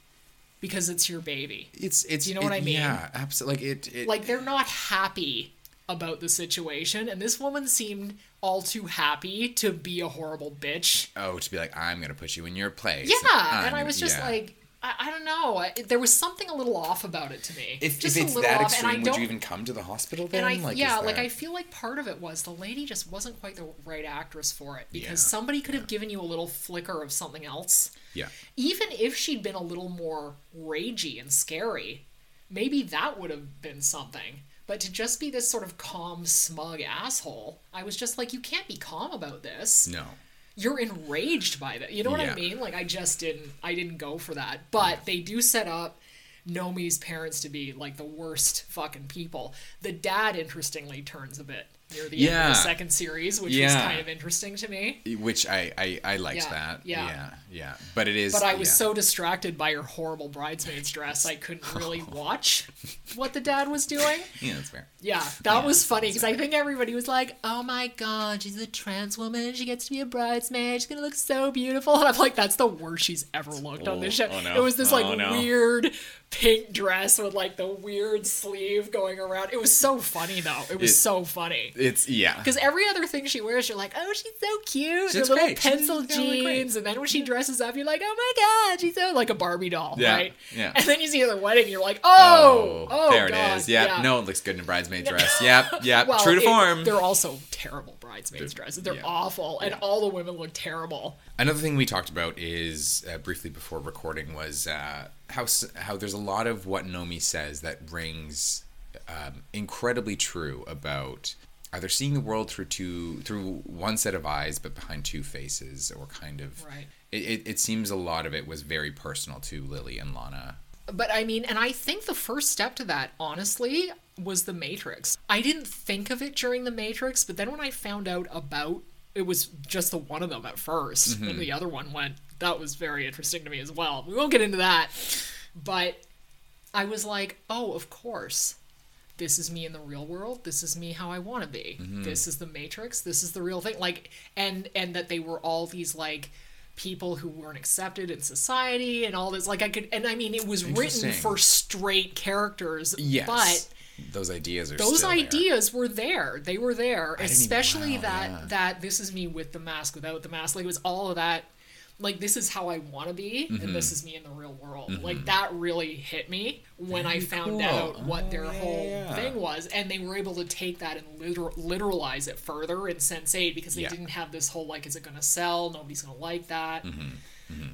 A: because it's your baby
B: it's it's
A: you know what
B: it-
A: I mean?
B: Yeah, absolutely. Like it, it
A: like they're not happy about the situation and this woman seemed all too happy to be a horrible bitch
B: oh to be like I'm gonna put you in your place.
A: yeah and,
B: I'm-
A: i was just
B: yeah.
A: like I, I don't know I- there was something a little off about it to me
B: If,
A: just
B: if it's
A: a little
B: that
A: off and i
B: extreme,
A: don't
B: would you even come to the hospital then?
A: and I
B: like,
A: yeah,
B: is
A: like
B: that-
A: I feel like part of it was the lady just wasn't quite the right actress for it because
B: Yeah,
A: somebody could have given you a little flicker of something else.
B: yeah,
A: Even if she'd been a little more ragey and scary, maybe that would have been something. But to just be this sort of calm, smug asshole, I was just like, you can't be calm about this.
B: no,
A: you're enraged by that. You know what I
B: Yeah.
A: mean? Like I just didn't I didn't go for that. But they do set up Nomi's parents to be like the worst fucking people. The dad interestingly turns a bit near the end
B: Yeah.
A: of the second series, which was
B: Yeah.
A: kind of interesting to me.
B: Which I I, I liked
A: Yeah,
B: that.
A: yeah.
B: yeah, yeah. But it is.
A: But I was
B: yeah.
A: so distracted by her horrible bridesmaid's dress, I couldn't really watch what the dad was doing.
B: Yeah, that's fair.
A: Yeah, that was funny because I think everybody was like, "Oh my god, she's a trans woman. She gets to be a bridesmaid. She's gonna look so beautiful." And I'm like, "That's the worst she's ever looked on this
B: Oh,
A: show."
B: oh no.
A: It was this like
B: Oh no.
A: weird pink dress with like the weird sleeve going around. It was so funny though. It was
B: It-
A: so funny.
B: It's yeah.
A: Because every other thing she wears, you're like, oh, she's so cute.
B: She looks
A: Her little
B: great. She
A: pencil
B: looks really great.
A: jeans. And then when she dresses up, you're like, oh my God, she's so like a Barbie doll,
B: Yeah,
A: right?
B: yeah.
A: And then you see her at the wedding, you're like, oh, oh,
B: there
A: God,
B: it is. Yep.
A: yeah.
B: No, it looks good in a bridesmaid dress. Yep. Yep.
A: Well,
B: True to
A: it-
B: form.
A: They're also terrible bridesmaids' dresses. They're
B: yeah.
A: awful. And all the women look terrible.
B: Another thing we talked about is uh, briefly before recording was uh, how s- how there's a lot of what Nomi says that rings um, incredibly true about either seeing the world through two through one set of eyes but behind two faces or kind of
A: Right.
B: It, it, it seems a lot of it was very personal to Lily and Lana.
A: But I mean, and I think the first step to that, honestly, was The Matrix. I didn't think of it during The Matrix, but then when I found out about it was just the one of them at 1st and the other one went, that was very interesting to me as well. We won't get into that. But I was like, oh, of course. This is me in the real world. This is me how I want to be.
B: Mm-hmm.
A: This is the Matrix. This is the real thing. Like, and and that they were all these like people who weren't accepted in society and all this. Like, I could, and I mean, it was written
B: Interesting.
A: for straight characters.
B: Yes.
A: but
B: those ideas are
A: those
B: still there.
A: ideas were there they were there
B: even-
A: especially
B: wow,
A: that
B: yeah.
A: that this is me with the mask without the mask like it was all of that like this is how i want to be
B: Mm-hmm.
A: and this is me in the real world like that really hit me when i found
B: cool.
A: out what
B: Oh,
A: their
B: yeah,
A: whole
B: yeah.
A: thing was and they were able to take that and liter- literalize it further in sense 8 because they
B: Yeah.
A: didn't have this whole like is it going to sell nobody's going to like that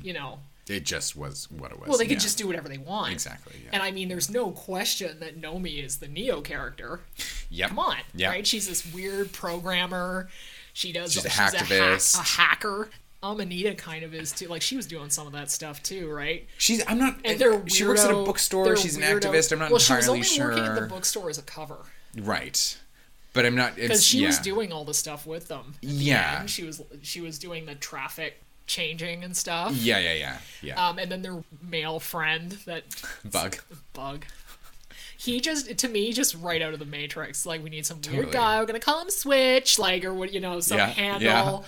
A: you know
B: It just was what it was.
A: well, they could
B: Mm-hmm. Yeah.
A: just do whatever they want.
B: Exactly, yeah.
A: And I mean, there's no question that Nomi is the Neo character.
B: Yep.
A: Come on,
B: Yep.
A: right? She's this weird programmer. She does.
B: She's a
A: hack-
B: hacktivist.
A: a hacker. Um, Anita kind of is too. Like she was doing some of that stuff too, right?
B: She's. I'm not.
A: And they're
B: she works at a
A: weirdo-
B: bookstore.
A: they're
B: She's an
A: weirdo-
B: activist. I'm not
A: well,
B: entirely
A: she was
B: sure.
A: only working at the bookstore as a cover
B: Right. But I'm not.
A: because
B: Because
A: she
B: yeah.
A: was doing all the stuff with them. at the
B: Yeah.
A: end. she was she was doing the traffic changing and stuff.
B: Yeah, yeah, yeah, yeah.
A: Um, and then their male friend that
B: Bug.
A: bug. He just to me just right out of the Matrix. Like we need some weird
B: Totally.
A: guy. We're gonna call him Switch, like or what you know, some
B: Yeah,
A: handle.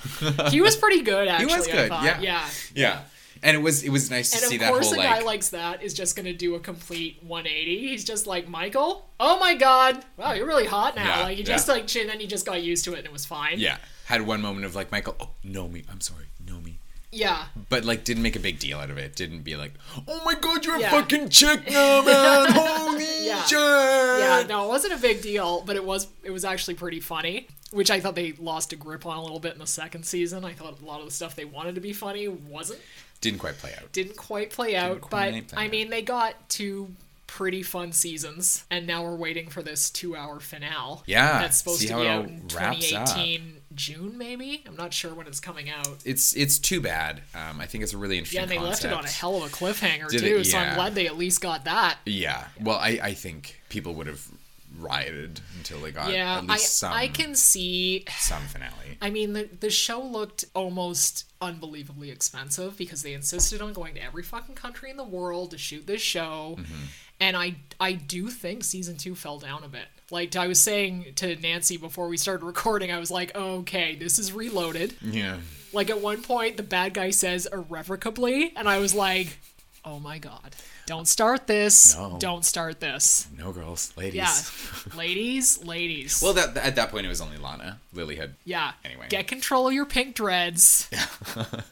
A: he was pretty good
B: He
A: actually.
B: was
A: I
B: good.
A: thought.
B: Yeah.
A: yeah.
B: Yeah. And it was it was nice to see
A: And of
B: that
A: course,
B: whole
A: a guy
B: like,
A: likes that is just gonna do a complete 180. He's just like Michael. Oh my god! Wow, you're really hot now.
B: Yeah,
A: like he
B: yeah.
A: just like and then he just got used to it and it was fine.
B: yeah had one moment of like Michael oh no me I'm sorry no me
A: Yeah.
B: but like didn't make a big deal out of it didn't be like oh my god you're
A: Yeah.
B: a fucking chick now man holy
A: Yeah.
B: shit
A: Yeah, no, it wasn't a big deal, but it was it was actually pretty funny, which I thought they lost a grip on a little bit in the second season. I thought a lot of the stuff they wanted to be funny wasn't
B: didn't quite play out
A: didn't quite play out,
B: quite
A: but
B: play
A: I
B: out.
A: mean they got two pretty fun seasons, and now we're waiting for this two-hour finale.
B: Yeah,
A: that's supposed
B: see
A: to
B: how
A: be
B: it
A: out
B: all
A: in
B: wraps up.
A: 2018 June, maybe. I'm not sure when it's coming out.
B: it's it's too bad um, I think it's a really interesting
A: Yeah, and they left it on a
B: concept.
A: hell of a cliffhanger
B: Did it-
A: too, so I'm
B: yeah.
A: glad they at least got that.
B: yeah well I I think people would have rioted until they got
A: Yeah,
B: at
A: I,
B: least some
A: I can see
B: some finale
A: I mean, the, the show looked almost unbelievably expensive because they insisted on going to every fucking country in the world to shoot this show. And I, I do think season two fell down a bit. Like I was saying to Nancy before we started recording, I was like, okay, this is reloaded.
B: yeah
A: Like at one point, the bad guy says irrevocably, and I was like, oh my god, don't start this.
B: No.
A: Don't start this.
B: no girls ladies
A: Yeah. ladies, ladies.
B: well that at that point it was only Lana Lily had
A: Yeah.
B: Anyway.
A: Get control of your pink dreads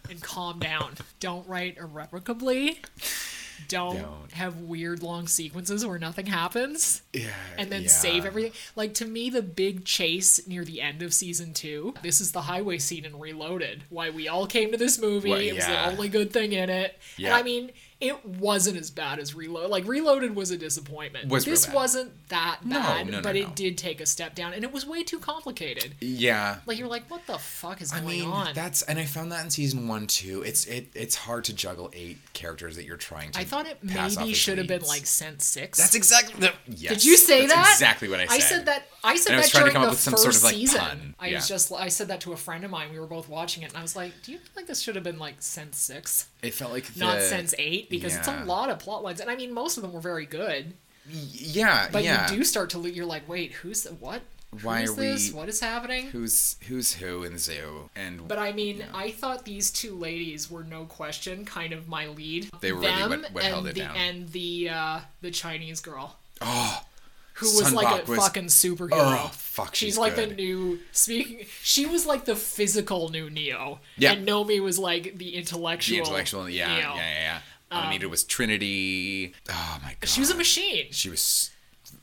A: and calm down. Don't write irrevocably. Don't,
B: Don't.
A: have weird long sequences where nothing happens. Yeah. And then save
B: yeah.
A: everything. Like to me, the big chase near the end of season two, this is the highway scene in Reloaded. Why we all came to this movie.
B: Well,
A: It was the
B: yeah.
A: only good thing in it. And
B: Yeah.
A: I mean, it wasn't as bad as Reload. Like Reloaded was a disappointment.
B: Was real
A: this
B: bad.
A: wasn't that
B: No,
A: bad,
B: no, no,
A: but
B: no.
A: it did take a step down, and it was way too complicated.
B: Yeah.
A: Like you're like, what the fuck is
B: I
A: going
B: mean,
A: on?
B: that's and I found that in season one too. It's it it's hard to juggle eight characters that you're trying to.
A: I thought it
B: pass off
A: maybe
B: as
A: should have been
B: leads.
A: like Sense Six.
B: That's exactly. The, yes,
A: Did you say
B: that's
A: that?
B: Exactly what I said.
A: I said that. I said
B: And I
A: that
B: was trying to
A: during
B: come
A: the
B: up with
A: first
B: some sort of, like,
A: season.
B: pun.
A: I
B: Yeah.
A: was just. I said that to a friend of mine. We were both watching it, and I was like, "Do you feel like this should have been like Sense Six,
B: It felt like the,
A: not Sense Eight? Because it's a
B: yeah.
A: lot of plot lines, and I mean, most of them were very good.
B: Yeah,
A: But
B: yeah.
A: you do start to. lo- You're like, wait, who's the, what?
B: Why
A: who's
B: are
A: this?
B: we-
A: What is happening?
B: Who's who's who in the zoo? And
A: But I mean, I thought these two ladies were no question kind of my lead.
B: They were really
A: Them
B: what- what
A: and
B: held it
A: the,
B: down.
A: And the uh, the Chinese girl.
B: oh,
A: who was
B: Sun
A: like
B: Bok
A: a
B: was-
A: fucking superhero.
B: Oh, fuck, she's
A: like the
B: good.
A: new speaking. She was like the physical new Neo,
B: Yeah.
A: and Nomi was like the intellectual.
B: the intellectual. Yeah,
A: Neo.
B: yeah, yeah. yeah. Anita was Trinity. Oh my god.
A: Um, She was a machine,
B: She was.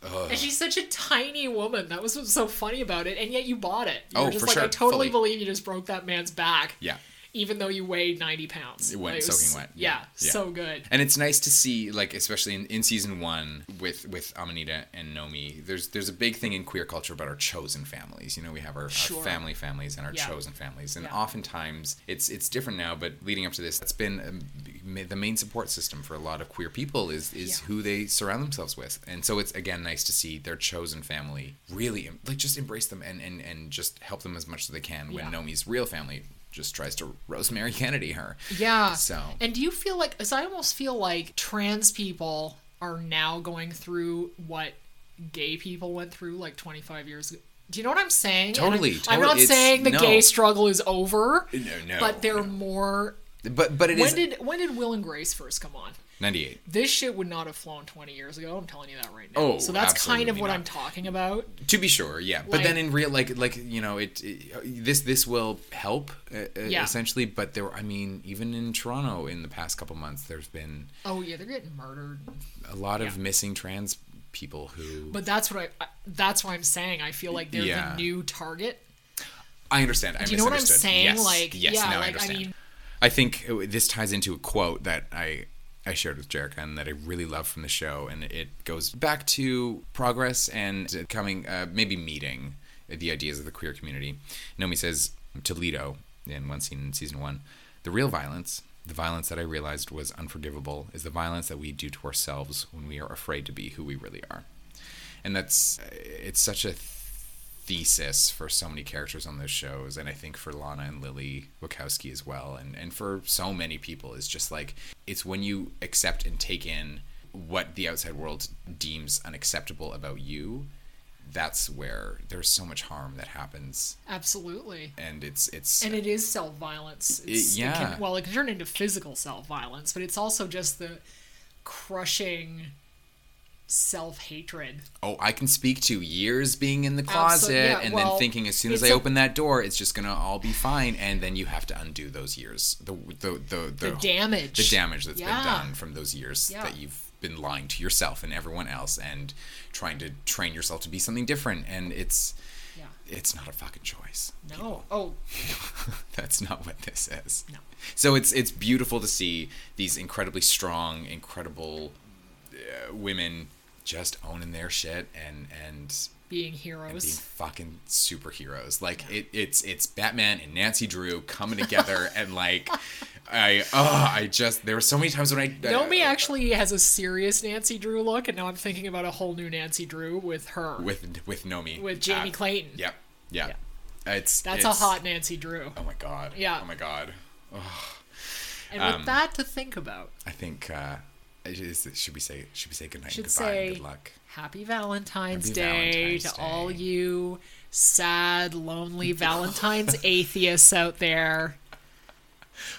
A: and she's such a tiny woman. That was what's so funny about it, and yet you bought it. You
B: Oh,
A: were just
B: for
A: like, I
B: sure,
A: totally
B: fully.
A: believe you just broke that man's back.
B: Yeah.
A: Even though you weighed ninety pounds,
B: It went
A: Like, was-
B: soaking wet.
A: Yeah,
B: Yeah.
A: so good.
B: And it's nice to see, like, especially in, in season one with with Amanita and Nomi. There's there's a big thing in queer culture about our chosen families. You know, we have our,
A: Sure.
B: our family families and our
A: Yeah.
B: chosen families, and
A: Yeah.
B: oftentimes it's it's different now. But leading up to this, that's been um, ma- the main support system for a lot of queer people is is
A: Yeah.
B: who they surround themselves with. And so it's again nice to see their chosen family really em- like just embrace them and and and just help them as much as they can when
A: Yeah.
B: Nomi's real family just tries to Rosemary Kennedy her.
A: Yeah.
B: So-
A: And do you feel like, as I almost feel like trans people are now going through what gay people went through like 25 years ago? Do you know what I'm saying? And I'm-
B: Totally,
A: I'm,
B: totally.
A: not
B: It's-
A: saying the
B: no.
A: gay struggle is over.
B: No, no,
A: But they're
B: no.
A: more.
B: But but it
A: When
B: is
A: did when did Will and Grace first come on?
B: 98.
A: This shit would not have flown 20 years ago. I'm telling you that right now.
B: Oh,
A: so that's kind of
B: absolutely
A: what
B: not.
A: I'm talking about.
B: To be sure, yeah. But
A: Like-
B: then in real, like, like you know, it, it this this will help uh, uh,
A: Yeah.
B: essentially. But there, I mean, even in Toronto in the past couple months, there's been
A: Oh yeah, they're getting murdered.
B: a lot of missing trans people who.
A: But that's what I. I- That's what I'm saying. I feel like they're
B: Yeah.
A: the new target.
B: I understand. I
A: Do you know what I'm
B: misunderstood.
A: saying?
B: Yes.
A: Like
B: yes,
A: yeah,
B: now I
A: like I
B: understand.
A: mean
B: I think this ties into a quote that I I shared with Jerica and that I really love from the show, and it goes back to progress and coming, uh, maybe meeting the ideas of the queer community. Nomi says Toledo in one scene in season one, the real violence. The violence that I realized was unforgivable is the violence that we do to ourselves when we are afraid to be who we really are. And that's, it's such a thesis for so many characters on those shows and i think for lana and lily wachowski as well and, and for so many people is just like it's when you accept and take in what the outside world deems unacceptable about you that's where there's so much harm that happens
A: Absolutely.
B: and it's it's
A: And it is self violence.
B: yeah.
A: can, well, it can turn into physical self violence, but it's also just the crushing self hatred.
B: oh i can speak to years being in the closet
A: yeah,
B: and
A: well,
B: then thinking as soon as i
A: it's a-
B: open that door it's just gonna all be fine and then you have to undo those years the the the,
A: The damage.
B: the damage that's
A: Yeah.
B: been done from those years
A: Yeah.
B: that you've been lying to yourself and everyone else and trying to train yourself to be something different and it's
A: Yeah.
B: it's not a fucking choice
A: No. Oh,
B: that's not what this is
A: No.
B: so it's it's beautiful to see these incredibly strong incredible uh, women just owning their shit and and
A: being
B: and
A: heroes.
B: being fucking superheroes. Like it, it's it's Batman and Nancy Drew coming together and like I oh I just there were so many times when I uh,
A: Nomi actually has a serious Nancy Drew look, and now I'm thinking about a whole new Nancy Drew with her.
B: with with Nomi
A: With Jamie Clayton.
B: Yep. Yeah. It's
A: That's a
B: it's-
A: hot Nancy Drew.
B: Oh my god.
A: Yeah.
B: Oh my god.
A: And
B: Um,
A: with that to think about,
B: I think uh is, should we say should we say goodnight
A: Should
B: and goodbye and
A: say-
B: good luck.
A: Happy Valentine's
B: Happy
A: Day
B: Valentine's
A: to
B: Day.
A: all you sad, lonely Valentine's atheists out there.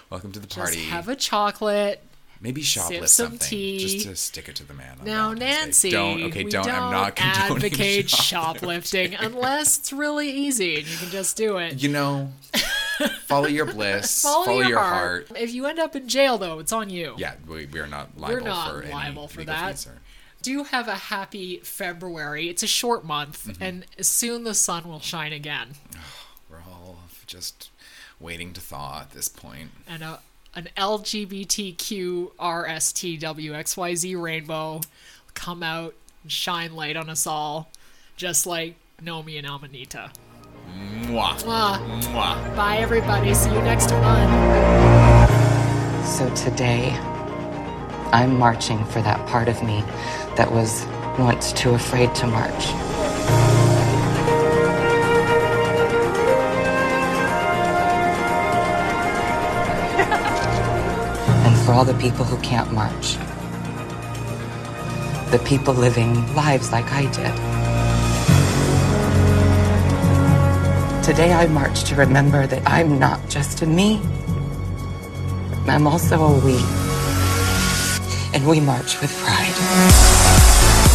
B: Welcome to the
A: Just
B: party.
A: have a chocolate.
B: Maybe shoplift
A: some
B: something
A: tea.
B: just to stick it to the man. on
A: Now,
B: Valentine's Day.
A: Nancy,
B: Don't okay,
A: we
B: don't. I'm not condoning
A: advocate
B: shoplifting.
A: shoplifting unless it's really easy and you can just do it.
B: you know, follow your bliss, follow, your, heart.
A: If you end up in jail, though, it's on you.
B: Yeah, we, we are not liable
A: not
B: for any
A: liable for
B: legal
A: that.
B: fees or-
A: Do have a happy February. It's a short month,
B: Mm-hmm.
A: and soon the sun will shine again.
B: We're all just waiting to thaw at this point.
A: And a an LGBTQRSTWXYZ rainbow come out and shine light on us all, just like Nomi and Amanita.
B: Mwah.
A: Mwah.
B: Mwah.
A: Bye, everybody. See you next month.
J: So today, I'm marching for that part of me that was once too afraid to march. and for all the people who can't march, the people living lives like I did. Today, I march to remember that I'm not just a me. I'm also a we. And we march with pride.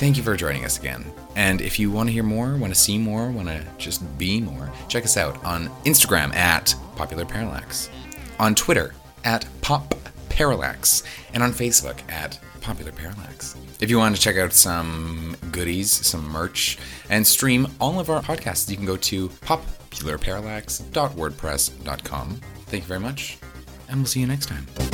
B: Thank you for joining us again. And if you want to hear more, want to see more, want to just be more, check us out on Instagram at Popular Parallax, on Twitter at Pop Parallax, and on Facebook at Popular Parallax. If you want to check out some goodies, some merch, and stream all of our podcasts, you can go to popularparallax.wordpress.com. Thank you very much, and we'll see you next time.